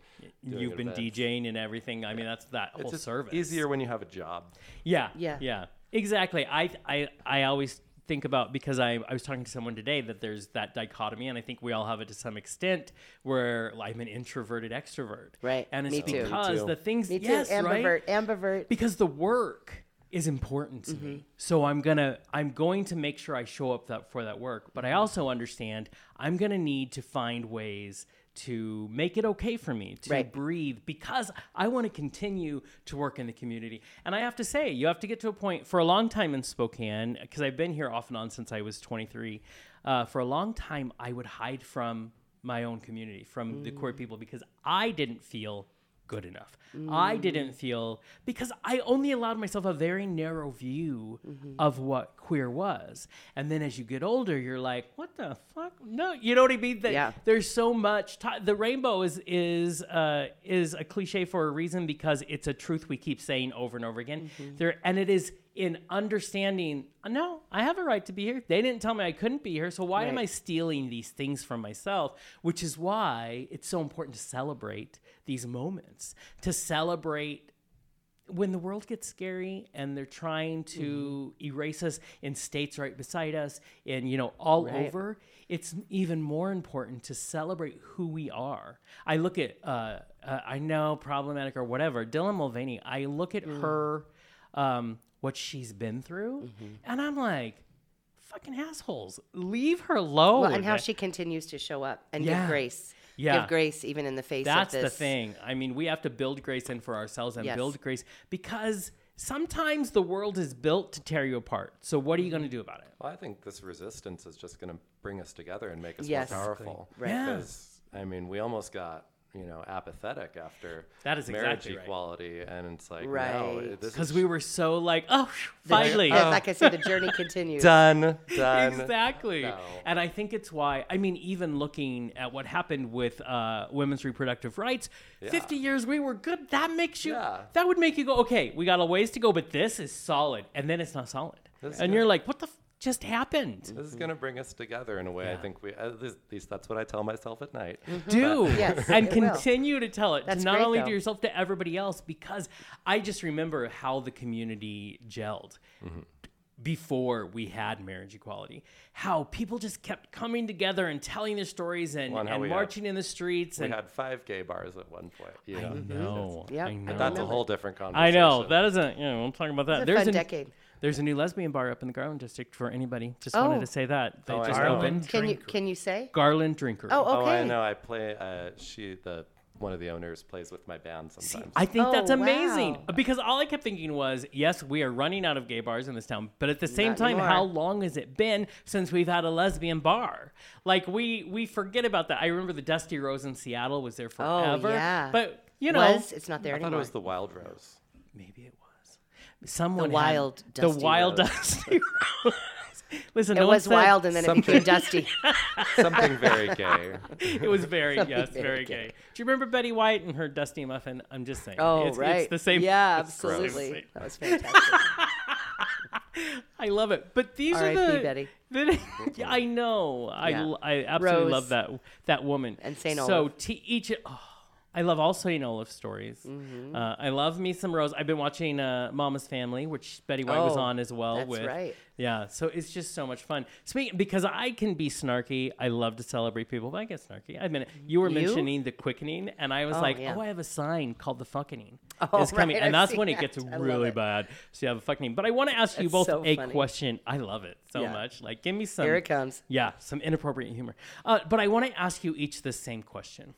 Speaker 4: doing
Speaker 2: You've been
Speaker 4: events.
Speaker 2: DJing and everything. I mean, that's that whole
Speaker 4: It's just
Speaker 2: service.
Speaker 4: easier when you have a job.
Speaker 2: Yeah.
Speaker 3: Yeah.
Speaker 2: Yeah. Exactly. I I I always think about because I, I was talking to someone today that there's that dichotomy and I think we all have it to some extent where I'm an introverted extrovert.
Speaker 3: Right.
Speaker 2: And it's
Speaker 3: Me too. Me
Speaker 2: because
Speaker 4: too.
Speaker 2: the things
Speaker 3: Me too.
Speaker 2: yes,
Speaker 3: ambivert.
Speaker 2: right?
Speaker 3: Ambivert.
Speaker 2: because the work is important to
Speaker 3: Mm-hmm.
Speaker 2: me so i'm gonna i'm going to make sure i show up that, for that work but i
Speaker 3: Mm-hmm.
Speaker 2: also understand i'm gonna need to find ways to make it okay for me to
Speaker 3: Right.
Speaker 2: breathe because i want to continue to work in the community and i have to say you have to get to a point for a long time in spokane because i've been here off and on since i was 23 uh, for a long time i would hide from my own community from the queer people because i didn't feel good enough. I didn't feel because I only allowed myself a very narrow view of what queer was. And then as you get older, you're like, what the fuck? No, you know what I mean? That
Speaker 3: Yeah.
Speaker 2: there's so much ti the rainbow is is uh, is a cliche for a reason because it's a truth we keep saying over and over again. There and it is in understanding, no, I have a right to be here. They didn't tell me I couldn't be here, so why am
Speaker 3: Right.
Speaker 2: I stealing these things from myself? Which is why it's so important to celebrate these moments, to celebrate when the world gets scary and they're trying to
Speaker 3: Mm-hmm.
Speaker 2: erase us in states right beside us and you know all over it's even more important to celebrate who we are i look at uh, uh i know problematic or whatever dylan mulvaney i look at
Speaker 3: Mm.
Speaker 2: her um what she's been through
Speaker 3: Mm-hmm.
Speaker 2: and i'm like fucking assholes leave her alone
Speaker 3: Well, and how she continues to show up and
Speaker 2: Yeah.
Speaker 3: give grace.
Speaker 2: Yeah.
Speaker 3: Give grace even in the face
Speaker 2: That's
Speaker 3: of
Speaker 2: the
Speaker 3: this.
Speaker 2: thing. I mean, we have to build grace in for ourselves and
Speaker 3: Yes.
Speaker 2: build grace because sometimes the world is built to tear you apart. So what are you going to do about it?
Speaker 4: Well, I think this resistance is just going to bring us together and make us
Speaker 3: Yes.
Speaker 4: more powerful.
Speaker 3: Right.
Speaker 2: Yeah.
Speaker 4: Because I mean, we almost got you know apathetic after
Speaker 2: That is
Speaker 4: marriage
Speaker 2: exactly right.
Speaker 4: equality, and it's like no,
Speaker 3: Right.
Speaker 4: it- this
Speaker 2: Because
Speaker 4: is
Speaker 2: we were so like, oh, phew, finally.
Speaker 3: Yeah, like I said, the journey continues.
Speaker 4: done, "Oh, done.
Speaker 2: Exactly.
Speaker 4: No.
Speaker 2: And I think it's why, I mean, even looking at what happened with uh, women's reproductive rights, 50 years we were good. That makes you,
Speaker 4: Yeah.
Speaker 2: that would make you go, okay, we got a ways to go, but this is solid. And then it's not solid.
Speaker 4: That's
Speaker 2: and
Speaker 4: good.
Speaker 2: you're like, what the f- just happened?
Speaker 4: This is going to bring us together in a way. I think we at least, at least that's what I tell myself at night.
Speaker 2: do
Speaker 3: Yes,
Speaker 2: and
Speaker 3: it will.
Speaker 2: continue to tell it
Speaker 3: That's
Speaker 2: to not
Speaker 3: great,
Speaker 2: only to
Speaker 3: though.
Speaker 2: yourself to everybody else because i just remember how the community gelled
Speaker 4: Mm-hmm.
Speaker 2: before we had marriage equality how people just kept coming together and telling their stories and,
Speaker 4: Well, and how
Speaker 2: and
Speaker 4: we had-
Speaker 2: marching in the streets
Speaker 4: We
Speaker 2: and
Speaker 4: had five gay bars at one point. You know?
Speaker 2: no
Speaker 3: Yeah,
Speaker 2: i
Speaker 3: Mm-hmm. I
Speaker 2: know
Speaker 4: But that's a whole different
Speaker 2: I
Speaker 4: conversation.
Speaker 2: know that isn't. You know, I'm talking about that.
Speaker 3: a
Speaker 2: There's
Speaker 3: fun
Speaker 2: a
Speaker 3: decade.
Speaker 2: There's a new lesbian bar up in the Garland district for anybody. Just
Speaker 3: Oh.
Speaker 2: wanted to say that they
Speaker 4: Oh, I
Speaker 2: just
Speaker 4: know.
Speaker 2: opened
Speaker 3: Can you can you say?
Speaker 2: Garland Drinker.
Speaker 3: Oh,
Speaker 4: Oh, I
Speaker 3: okay.
Speaker 4: know. I play. Uh, she the one of the owners plays with my band
Speaker 2: See,
Speaker 4: sometimes.
Speaker 2: I think
Speaker 3: Oh,
Speaker 2: that's amazing
Speaker 3: wow.
Speaker 2: because all I kept thinking was, yes, we are running out of gay bars in this town, but at the same
Speaker 3: Not
Speaker 2: time,
Speaker 3: anymore.
Speaker 2: how long has it been since we've had a lesbian bar? Like we we forget about that. I remember the Dusty Rose in Seattle was there forever,
Speaker 3: Oh, yeah.
Speaker 2: but you know,
Speaker 3: Was it's not there
Speaker 4: I thought it
Speaker 3: anymore.
Speaker 4: was the Wild Rose.
Speaker 2: maybe it was. someone had-
Speaker 3: wild
Speaker 2: the
Speaker 3: dusty
Speaker 2: wild
Speaker 4: road.
Speaker 2: dusty road. Listen,
Speaker 3: It
Speaker 2: no one
Speaker 3: was
Speaker 2: said-
Speaker 3: wild, and then it
Speaker 4: something.
Speaker 3: became dusty.
Speaker 4: Something very gay.
Speaker 2: It was very yes,
Speaker 3: very
Speaker 2: very gay. Do you remember Betty White and her dusty muffin? I'm just saying.
Speaker 3: Oh,
Speaker 2: it's,
Speaker 3: right.
Speaker 2: It's the same.
Speaker 3: Yeah,
Speaker 2: it's the same
Speaker 3: absolutely.
Speaker 2: thing.
Speaker 3: That was fantastic.
Speaker 2: I love it. But these are
Speaker 3: R.I.P.
Speaker 2: the
Speaker 3: Betty.
Speaker 2: the- yeah, I know. I,
Speaker 3: Yeah.
Speaker 2: l- I absolutely
Speaker 3: Rose.
Speaker 2: love that that woman
Speaker 3: And St.
Speaker 2: So
Speaker 3: Olaf.
Speaker 2: to each. Oh, I love all St. Olaf stories.
Speaker 3: Mm-hmm.
Speaker 2: Uh, I love me some Rose. I've been watching uh, Mama's Family, which Betty White was
Speaker 3: Oh,
Speaker 2: on as well.
Speaker 3: that's
Speaker 2: with
Speaker 3: right.
Speaker 2: yeah, so it's just so much fun. Speaking because I can be snarky. I love to celebrate people, but I get snarky. I mean, you were
Speaker 3: Mm-hmm. You?
Speaker 2: mentioning the quickening, and I was like,
Speaker 3: yeah.
Speaker 2: oh, I have a sign called the fuckening.
Speaker 3: Oh,
Speaker 2: it's coming,
Speaker 3: right,
Speaker 2: and
Speaker 3: I've
Speaker 2: that's when
Speaker 3: seen
Speaker 2: it gets
Speaker 3: that. I love
Speaker 2: really
Speaker 3: it.
Speaker 2: bad. So you have a fucking. But I want to ask you
Speaker 3: That's
Speaker 2: both
Speaker 3: so
Speaker 2: a
Speaker 3: funny.
Speaker 2: question. I love it so
Speaker 3: Yeah.
Speaker 2: much. Like, give me some.
Speaker 3: Here it comes.
Speaker 2: Yeah, some inappropriate humor. Uh, but I want to ask you each the same question,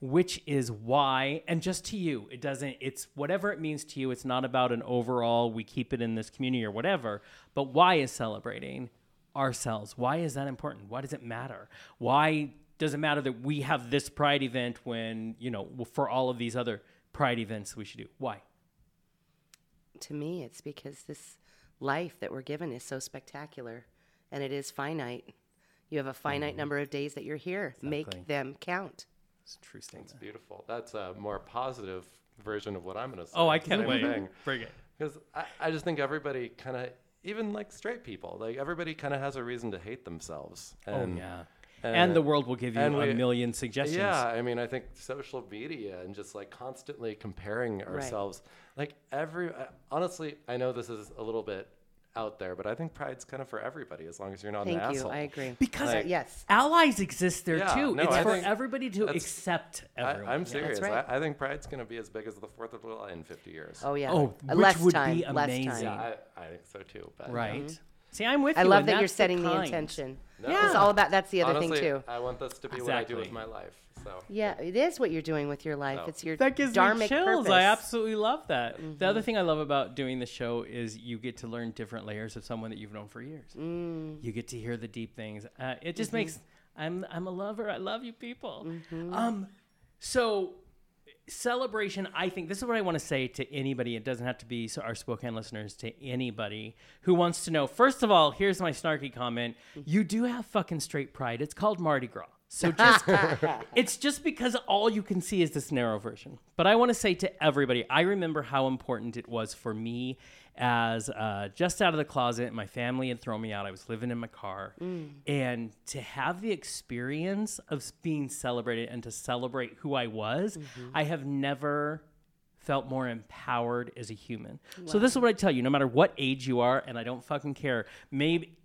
Speaker 2: which is why, and just to you, it doesn't, it's whatever it means to you. It's not about an overall, we keep it in this community or whatever, but why is celebrating ourselves? Why is that important? Why does it matter? Why does it matter that we have this pride event when, you know, for all of these other pride events we should do? Why?
Speaker 3: to me, it's because this life that we're given is so spectacular and it is finite. You have a finite
Speaker 2: Mm-hmm.
Speaker 3: number of days that you're here. Make them count.
Speaker 2: It's a true statement.
Speaker 4: It's beautiful. That's a more positive version of what I'm going to say.
Speaker 2: Oh, I can't
Speaker 4: Same
Speaker 2: wait.
Speaker 4: thing.
Speaker 2: Bring it.
Speaker 4: Because I, I just think everybody kind of, even like straight people, like everybody kind of has a reason to hate themselves.
Speaker 3: Mm.
Speaker 4: And
Speaker 2: Oh, Yeah. And,
Speaker 4: and-
Speaker 2: the world will give you
Speaker 4: and
Speaker 2: a
Speaker 4: we-
Speaker 2: million suggestions.
Speaker 4: Yeah, I mean, I think social media and just like constantly comparing ourselves, like every. uh, Honestly, I know this is a little bit out there, but I think pride's kind of for everybody as long as you're not
Speaker 3: Thank
Speaker 4: an
Speaker 3: you.
Speaker 4: asshole.
Speaker 3: I agree.
Speaker 2: Because
Speaker 3: Uh, yes.
Speaker 2: allies exist there
Speaker 4: Yeah,
Speaker 2: too.
Speaker 4: no,
Speaker 2: it's
Speaker 4: I
Speaker 2: for
Speaker 4: think
Speaker 2: everybody to
Speaker 4: that's-
Speaker 2: accept everyone.
Speaker 4: I, am
Speaker 2: Yeah.
Speaker 4: serious.
Speaker 3: right.
Speaker 4: I, I think pride's going to be as big as the Fourth of July in 50 years.
Speaker 3: Oh, yeah.
Speaker 2: Oh,
Speaker 3: Uh,
Speaker 2: which
Speaker 3: less
Speaker 2: would
Speaker 3: time,
Speaker 2: be
Speaker 3: Less
Speaker 2: amazing.
Speaker 3: time.
Speaker 4: I, I think so too. But
Speaker 2: Right. See, I'm with
Speaker 3: I
Speaker 2: you.
Speaker 3: love
Speaker 2: and
Speaker 3: that you're
Speaker 2: that's
Speaker 3: setting the,
Speaker 2: kind.
Speaker 3: intention.
Speaker 4: Yeah.
Speaker 3: It's all about that's the other
Speaker 4: Honestly,
Speaker 3: thing too.
Speaker 4: I want this to be what I
Speaker 2: Exactly.
Speaker 4: do with my life. So
Speaker 3: Yeah, it is what you're doing with your life.
Speaker 4: No.
Speaker 3: It's your
Speaker 2: That gives me
Speaker 3: dharmic
Speaker 2: chills.
Speaker 3: purpose. Mm-hmm.
Speaker 2: I absolutely love that. The other thing I love about doing the show is you get to learn different layers of someone that you've known for years.
Speaker 3: Mm.
Speaker 2: You get to hear the deep things. Uh, it
Speaker 3: Mm-hmm.
Speaker 2: just makes I'm I'm a lover. I love you people. Um, so celebration i think this is what i want to say to anybody it doesn't have to be s- our spokane listeners to anybody who wants to know first of all here's my snarky comment
Speaker 3: Mm-hmm.
Speaker 2: you do have fucking straight pride it's called mardi gras so just it's just because all you can see is this narrow version but i want to say to everybody i remember how important it was for me as uh, just out of the closet my family had thrown me out i was living in my car and to have the experience of s- being celebrated and to celebrate who i was i have never felt more empowered as a human so this is what i tell you no matter what age you are and i don't fucking care maybe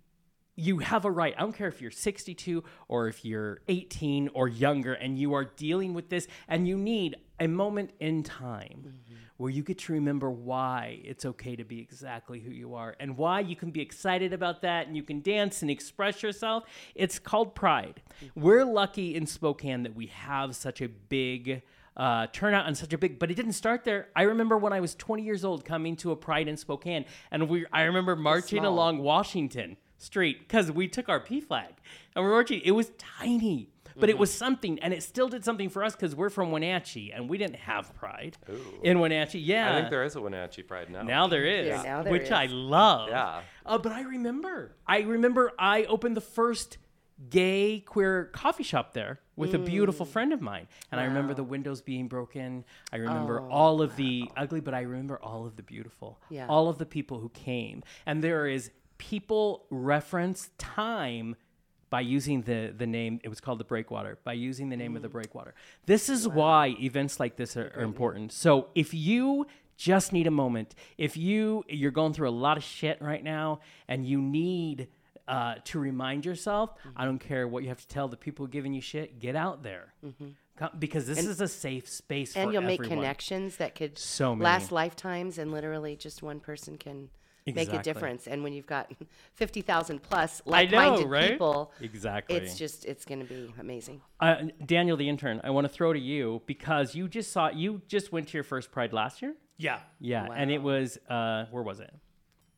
Speaker 2: you have a right. I don't care if you're 62 or if you're 18 or younger and you are dealing with this and you need a moment in time where you get to remember why it's okay to be exactly who you are and why you can be excited about that and you can dance and express yourself. It's called pride. We're lucky in Spokane that we have such a big uh, turnout and such a big, but it didn't start there. I remember when I was 20 years old coming to a Pride in Spokane, and we I remember marching
Speaker 3: small.
Speaker 2: along Washington Street because we took our P flag and we're marching. It was tiny, but
Speaker 4: Mm-hmm.
Speaker 2: it was something, and it still did something for us because we're from Wenatchee and we didn't have Pride in Wenatchee. Yeah,
Speaker 4: I think there is a Wenatchee pride now.
Speaker 2: now there is,
Speaker 3: Yeah, now there
Speaker 2: which
Speaker 3: is.
Speaker 2: I love.
Speaker 4: Yeah.
Speaker 2: Uh, but I remember, I remember I opened the first gay queer coffee shop there with a
Speaker 3: Mm.
Speaker 2: beautiful friend of mine, and I remember the windows being broken. I remember all of the ugly, but I remember all of the beautiful.
Speaker 3: Yeah.
Speaker 2: All of the people who came, and there is people reference time. By using the, the name, it was called the Breakwater, by using the name of the
Speaker 3: Mm.
Speaker 2: Breakwater. This is why events like this are, are important. So if you just need a moment. If you you're going through a lot of shit right now and you need uh, to remind yourself,
Speaker 3: Mm-hmm.
Speaker 2: I don't care what you have to tell the people giving you shit. Get out there Co- because this is a safe space.
Speaker 3: Mm-hmm. and
Speaker 2: for
Speaker 3: you'll make
Speaker 2: everyone.
Speaker 3: connections that could
Speaker 2: So many.
Speaker 3: last lifetimes and literally just one person can make a
Speaker 2: Exactly.
Speaker 3: difference and when you've got 50,000 plus
Speaker 2: I know,
Speaker 3: like-minded
Speaker 2: right?
Speaker 3: people
Speaker 2: Exactly.
Speaker 3: it's just it's going to be amazing
Speaker 2: Uh, Daniel, the intern, I want to throw to you because you just saw you just went to your first Pride last year.
Speaker 5: Yeah.
Speaker 2: Yeah, and it was uh, where was it?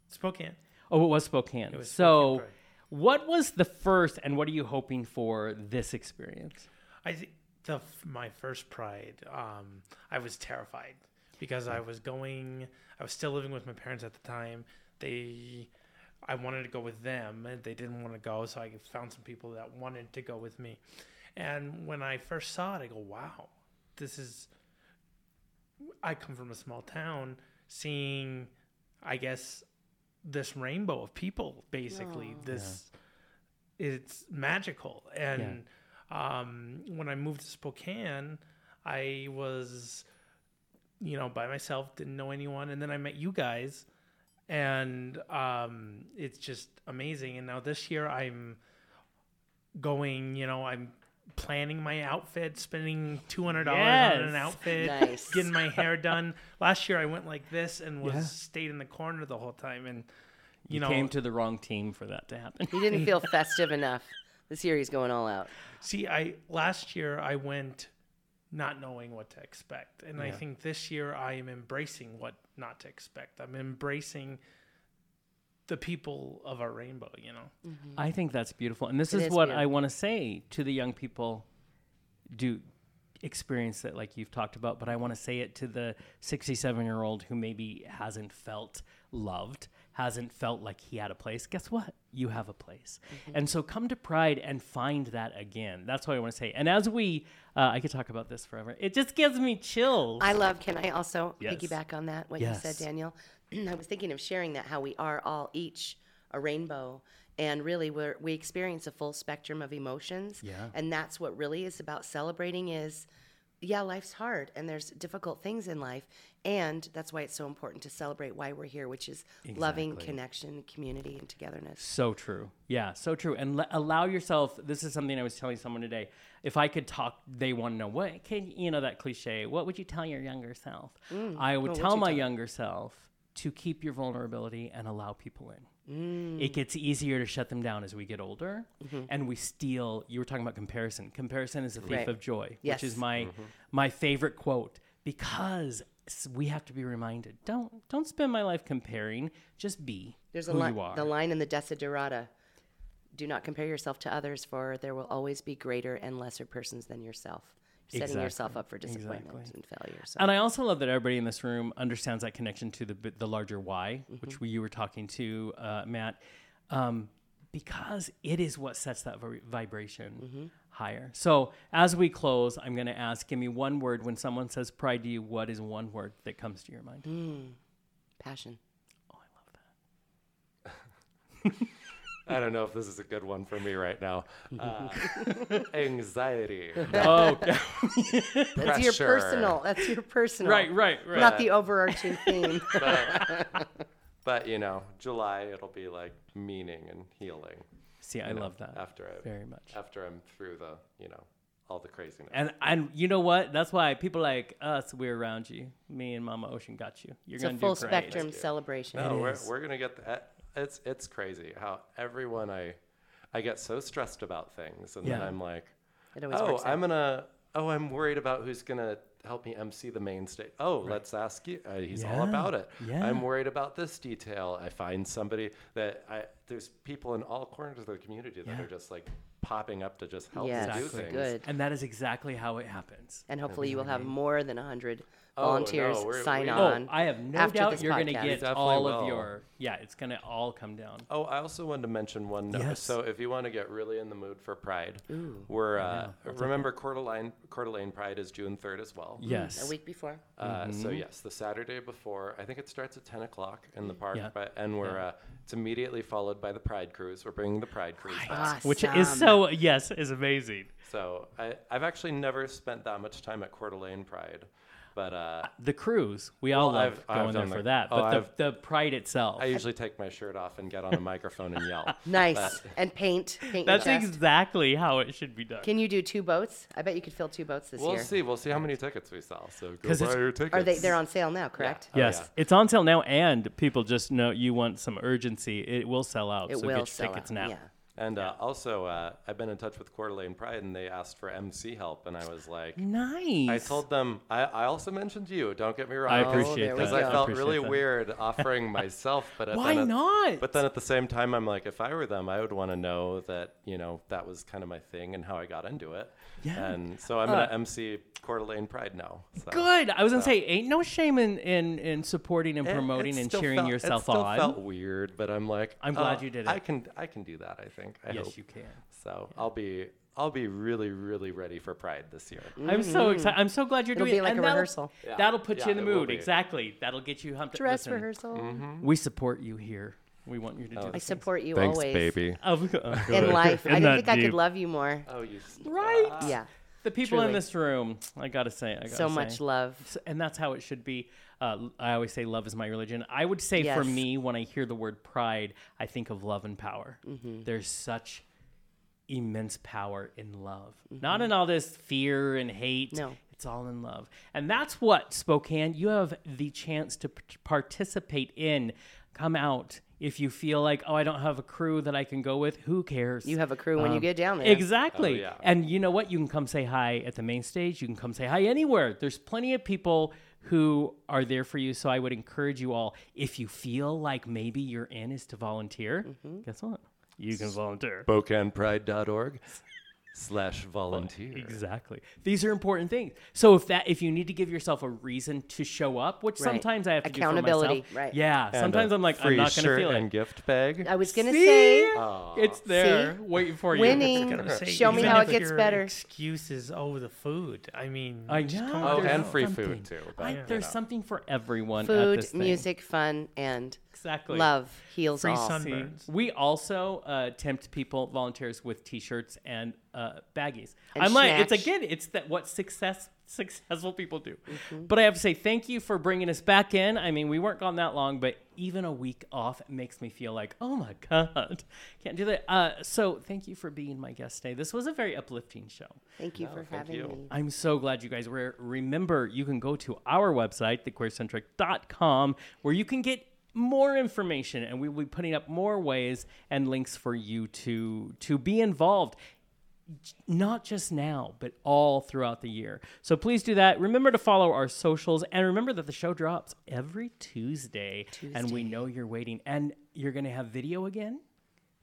Speaker 5: Spokane.
Speaker 2: Oh, it was Spokane. so, what was the first, and what are you hoping for this experience?
Speaker 5: I think the f- my first pride. Um, I was terrified. because I was going. I was still living with my parents at the time. They, I wanted to go with them, and they didn't want to go. So I found some people that wanted to go with me. And when I first saw it, I go, "Wow, this is." I come from a small town. Seeing, I guess, this rainbow of people. Basically, this it's magical. And um, when I moved to Spokane, I was, you know, by myself, didn't know anyone, and then I met you guys, and um, it's just amazing. And now this year, I'm going. You know, I'm planning my outfit, spending two hundred dollars on
Speaker 2: Yes.
Speaker 5: an outfit,
Speaker 3: Nice.
Speaker 5: getting my hair done. Last year, I went like this and was stayed in the corner the whole time, and. You,
Speaker 2: You
Speaker 5: know,
Speaker 2: came to the wrong team for that to happen.
Speaker 3: He didn't feel festive enough. This year he's going all out.
Speaker 5: See, I last year I went not knowing what to expect, and I think this year I am embracing what not to expect. I'm embracing the people of our rainbow. You know,
Speaker 2: I think that's beautiful. And this is
Speaker 3: is
Speaker 2: what I
Speaker 3: beautiful.
Speaker 2: want to say to the young people do experience that like you've talked about, but I want to say it to the 67-year-old who maybe hasn't felt loved, hasn't felt like he had a place. Guess what? You have a place.
Speaker 3: Mm-hmm.
Speaker 2: And so come to pride and find that again. That's what I want to say. And as we uh, I could talk about this forever. It just gives me chills.
Speaker 3: I love. Can I also
Speaker 2: Yes.
Speaker 3: piggyback on that? What you
Speaker 2: Yes.
Speaker 3: said, Daniel. I was thinking of sharing that how we are all each a rainbow, and really we are we experience a full spectrum of emotions.
Speaker 2: Yeah.
Speaker 3: And that's what really is about celebrating. Is yeah, life's hard, and there's difficult things in life, and that's why it's so important to celebrate why we're here, which is loving connection, community, and togetherness.
Speaker 2: So true. Yeah, so true. And l- allow yourself. This is something I was telling someone today. If I could talk, they want to know what can you know that cliche. What would you tell your younger self?
Speaker 3: Mm,
Speaker 2: I would tell my younger self to keep your vulnerability and allow people in.
Speaker 3: Mm.
Speaker 2: It gets easier to shut them down as we get older,
Speaker 3: Mm-hmm.
Speaker 2: and we steal. You were talking about comparison. Comparison is a thief
Speaker 3: Right.
Speaker 2: of joy,
Speaker 3: Yes.
Speaker 2: which is my my favorite quote because s- we have to be reminded. Don't don't spend my life comparing. Just be
Speaker 3: There's a
Speaker 2: who
Speaker 3: line.
Speaker 2: you are.
Speaker 3: The line in the Desiderata: "Do not compare yourself to others, for there will always be greater and lesser persons than yourself." Setting yourself up for disappointment and failure. So.
Speaker 2: And I also love that everybody in this room understands that connection to the the larger why, which
Speaker 4: Mm-hmm.
Speaker 2: we, you were talking to, uh, Matt, um, because it is what sets that vi- vibration
Speaker 4: Mm-hmm.
Speaker 2: higher. So as we close, I'm going to ask, give me one word. When someone says pride to you, what is one word that comes to your mind?
Speaker 4: Mm.
Speaker 3: Passion.
Speaker 4: I don't know if this is a good one for me right now. Uh, anxiety.
Speaker 2: Oh,
Speaker 3: That's your
Speaker 4: Pressure.
Speaker 3: personal. That's your personal.
Speaker 2: right, right, right.
Speaker 3: Not the overarching theme.
Speaker 4: But, you know, July, it'll be like meaning and healing
Speaker 2: See, I love that
Speaker 4: after, I,
Speaker 2: Uh, very much.
Speaker 4: after I'm through the, you know, all the craziness.
Speaker 2: And and you know what? That's why people like us, we're around you. Me and Mama Ocean got you. You're
Speaker 3: It's
Speaker 2: gonna
Speaker 3: a full
Speaker 2: do great.
Speaker 3: spectrum celebration.
Speaker 4: No, we're, we're gonna get that. It's it's crazy how everyone I I get so stressed about things, and then
Speaker 2: Yeah.
Speaker 4: I'm like,
Speaker 3: It always
Speaker 4: oh,
Speaker 3: works. out.
Speaker 4: I'm gonna oh I'm worried about who's gonna help me MC the main stage. Oh, let's ask you. Uh, he's all
Speaker 2: Yeah.
Speaker 4: about it.
Speaker 2: Yeah.
Speaker 4: I'm worried about this detail. I find somebody that I there's people in all corners of the community that are just like popping up to just help
Speaker 3: Yes,
Speaker 4: me do
Speaker 2: Exactly.
Speaker 4: things.
Speaker 3: good.
Speaker 2: And that is exactly how it happens.
Speaker 3: And hopefully you will have more than hundred
Speaker 4: no,
Speaker 3: volunteers
Speaker 4: we're-
Speaker 3: sign
Speaker 4: we- Oh,
Speaker 2: Oh,
Speaker 3: on.
Speaker 2: I have no
Speaker 3: after
Speaker 2: doubt
Speaker 3: this
Speaker 2: you're going to
Speaker 3: podcast.
Speaker 2: get
Speaker 3: Mm-hmm.
Speaker 4: definitely
Speaker 2: all of
Speaker 4: will.
Speaker 2: your. Yeah, it's going to all come down.
Speaker 4: Oh, I also wanted to mention one note.
Speaker 2: Yes.
Speaker 4: So if you want to get really in the mood for Pride, we're uh, remember Coeur d'Alene, Coeur d'Alene Pride is June 3rd as well.
Speaker 2: Yes.
Speaker 3: A week before.
Speaker 4: Uh,
Speaker 2: Mm-hmm.
Speaker 4: So yes, the Saturday before, I think it starts at 10 o'clock in the park,
Speaker 2: Yeah.
Speaker 4: but and we're uh, it's immediately followed by the Pride cruise. We're bringing the Pride cruise back.
Speaker 3: Awesome.
Speaker 2: Which is so, yes, is amazing.
Speaker 4: So I, I've actually never spent that much time at Coeur d'Alene Pride, but uh,
Speaker 2: The cruise, we all love
Speaker 4: I've- I've
Speaker 2: going there
Speaker 4: done
Speaker 2: for
Speaker 4: the-
Speaker 2: that.
Speaker 4: oh,
Speaker 2: But
Speaker 4: I've-
Speaker 2: the, the pride itself.
Speaker 4: I usually take my shirt off and get on a microphone and yell.
Speaker 3: nice. and paint. Paint
Speaker 2: that's
Speaker 3: your chest.
Speaker 2: exactly how it should be done.
Speaker 3: Can you do two boats? I bet you could fill two boats this
Speaker 4: We'll
Speaker 3: year.
Speaker 4: see. We'll see how many tickets we sell. So go
Speaker 2: 'Cause
Speaker 4: buy
Speaker 2: it's-
Speaker 4: your tickets.
Speaker 3: Are they? They're on sale now, correct?
Speaker 4: Oh, Yeah.
Speaker 2: yes, it's on sale now, and people just know you want some urgency. It will sell out.
Speaker 3: It
Speaker 2: so
Speaker 3: will
Speaker 2: get your
Speaker 3: sell
Speaker 2: tickets
Speaker 3: out.
Speaker 2: now.
Speaker 3: Yeah.
Speaker 4: And uh, also, uh, I've been in touch with Coeur d'Alene Pride, and they asked for MC help, and I was like,
Speaker 2: Nice.
Speaker 4: I told Oh, them I, I also mentioned you. Don't get me wrong.
Speaker 2: I appreciate
Speaker 3: there we
Speaker 4: because
Speaker 3: go.
Speaker 4: I felt
Speaker 2: Appreciate
Speaker 4: really
Speaker 2: that.
Speaker 4: weird offering myself. But at-
Speaker 2: Why
Speaker 4: then at-
Speaker 2: not?
Speaker 4: But then at the same time, I'm like, if I were them, I would want to know that you know that was kind of my thing and how I got into it.
Speaker 2: Yeah.
Speaker 4: And so I'm
Speaker 2: Uh,
Speaker 4: gonna MC Coeur d'Alene Pride now. So.
Speaker 2: Good. I was gonna say, ain't no shame in in, in supporting and
Speaker 4: It- it
Speaker 2: promoting and
Speaker 4: still
Speaker 2: cheering
Speaker 4: felt-
Speaker 2: yourself
Speaker 4: it still
Speaker 2: on.
Speaker 4: felt weird, but I'm like,
Speaker 2: I'm
Speaker 4: uh,
Speaker 2: glad you did
Speaker 4: I
Speaker 2: it.
Speaker 4: can I can do that. I think. I
Speaker 2: yes,
Speaker 4: hope.
Speaker 2: you can.
Speaker 4: So I'll be I'll be really really ready for Pride this year.
Speaker 2: I'm so excited. I'm so glad you're
Speaker 3: Mm-hmm. It'll
Speaker 2: doing
Speaker 3: be
Speaker 2: it.
Speaker 3: like
Speaker 2: And
Speaker 3: a
Speaker 2: that'll-
Speaker 3: rehearsal.
Speaker 4: Yeah.
Speaker 2: That'll put
Speaker 4: Yeah,
Speaker 2: you in the
Speaker 4: it will
Speaker 2: mood.
Speaker 4: be.
Speaker 2: Exactly. That'll get you humped.
Speaker 3: Dress
Speaker 2: Listen,
Speaker 3: rehearsal.
Speaker 2: We support you here. We want you to do.
Speaker 4: Oh,
Speaker 3: I
Speaker 2: this.
Speaker 3: support you always.
Speaker 2: Of- of
Speaker 3: In
Speaker 2: course.
Speaker 3: life, I
Speaker 2: Isn't
Speaker 3: didn't
Speaker 2: that
Speaker 3: think I
Speaker 2: deep?
Speaker 3: could love you more.
Speaker 4: Oh, you
Speaker 2: Right.
Speaker 3: yeah,
Speaker 2: The people in
Speaker 3: Truly.
Speaker 2: this room, I gotta say, I gotta
Speaker 3: so much
Speaker 2: say.
Speaker 3: love.
Speaker 2: S- and that's how it should be. Uh, l- I always say love is my religion. I would say for
Speaker 3: Yes.
Speaker 2: me, when I hear the word pride, I think of love and power.
Speaker 3: Mm-hmm.
Speaker 2: There's such immense power in love, not in all this fear and hate.
Speaker 3: Mm-hmm. No.
Speaker 2: It's all in love. And that's what, Spokane, you have the chance to p- participate in. Come out. If you feel like, oh, I don't have a crew that I can go with, who cares?
Speaker 3: You have a crew when
Speaker 2: Um,
Speaker 3: you get down there.
Speaker 2: Exactly.
Speaker 4: Oh, yeah.
Speaker 2: And you know what? You can come say hi at the main stage. You can come say hi anywhere. There's plenty of people who are there for you. So I would encourage you all, if you feel like maybe you're in, is to volunteer.
Speaker 3: Mm-hmm.
Speaker 2: Guess what? You can volunteer.
Speaker 4: BocanPride.org slash volunteer.
Speaker 2: Exactly. These are important things. So if that if you need to give yourself a reason to show up, which
Speaker 3: Right.
Speaker 2: sometimes I have to do
Speaker 3: Accountability,
Speaker 2: for myself.
Speaker 3: right.
Speaker 2: Yeah.
Speaker 4: And
Speaker 2: sometimes
Speaker 4: a
Speaker 2: I'm like I'm
Speaker 4: free
Speaker 2: not going to
Speaker 4: shirt
Speaker 2: feel
Speaker 4: and
Speaker 2: it.
Speaker 4: gift bag.
Speaker 3: I was gonna
Speaker 2: See?
Speaker 3: say
Speaker 2: It's there waiting for you.
Speaker 3: winning.
Speaker 5: Gotta say,
Speaker 3: Show me
Speaker 5: even
Speaker 3: how
Speaker 5: if
Speaker 3: it gets
Speaker 5: your
Speaker 3: better.
Speaker 5: Excuses over the food. I mean,
Speaker 2: I
Speaker 5: just
Speaker 2: know.
Speaker 5: come
Speaker 4: Oh,
Speaker 5: on
Speaker 2: there's
Speaker 4: and
Speaker 5: down.
Speaker 4: free
Speaker 2: something.
Speaker 4: food, too, but,
Speaker 2: I-
Speaker 4: you
Speaker 2: there's
Speaker 4: know.
Speaker 2: something for everyone. at
Speaker 3: Food,
Speaker 2: this thing.
Speaker 3: music, fun, and
Speaker 2: Exactly.
Speaker 3: love heals
Speaker 5: Free
Speaker 3: all.
Speaker 5: sun-
Speaker 2: See,
Speaker 5: Sunburns.
Speaker 2: we also uh, tempt people, volunteers, with T-shirts and uh, baggies.
Speaker 3: And
Speaker 2: I'm like, it's
Speaker 3: snacks.
Speaker 2: again, it's that what success successful people do.
Speaker 3: Mm-hmm.
Speaker 2: But I have to say, thank you for bringing us back in. I mean, we weren't gone that long, but even a week off makes me feel like, oh my god, can't do that. Uh, so thank you for being my guest today. This was a very uplifting show.
Speaker 3: Thank you for having
Speaker 4: you.
Speaker 3: me.
Speaker 2: I'm so glad you guys were. here. Remember, you can go to our website, thequeercentric.com, where you can get more information, and we will be putting up more ways and links for you to to be involved. J- Not just now, but all throughout the year. So please do that. Remember to follow our socials, and remember that the show drops every Tuesday. And we know you're waiting, and you're going to have video again.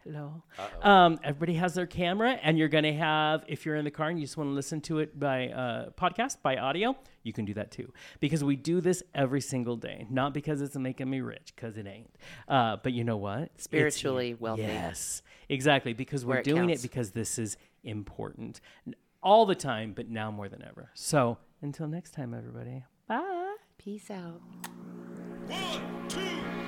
Speaker 2: Hello. Um, everybody has their camera, and you're going to have, if you're in the car and you just want to listen to it by uh, podcast, by audio, you can do that too. Because we do this every single day. Not because it's making me rich, because it ain't. Uh, but you know what? It's here.
Speaker 3: Spiritually wealthy.
Speaker 2: Yes, exactly. Because we're
Speaker 3: it
Speaker 2: doing
Speaker 3: counts.
Speaker 2: it because this is important N- all the time, but now more than ever. So until next time, everybody. Bye.
Speaker 3: Peace out.
Speaker 6: One, two,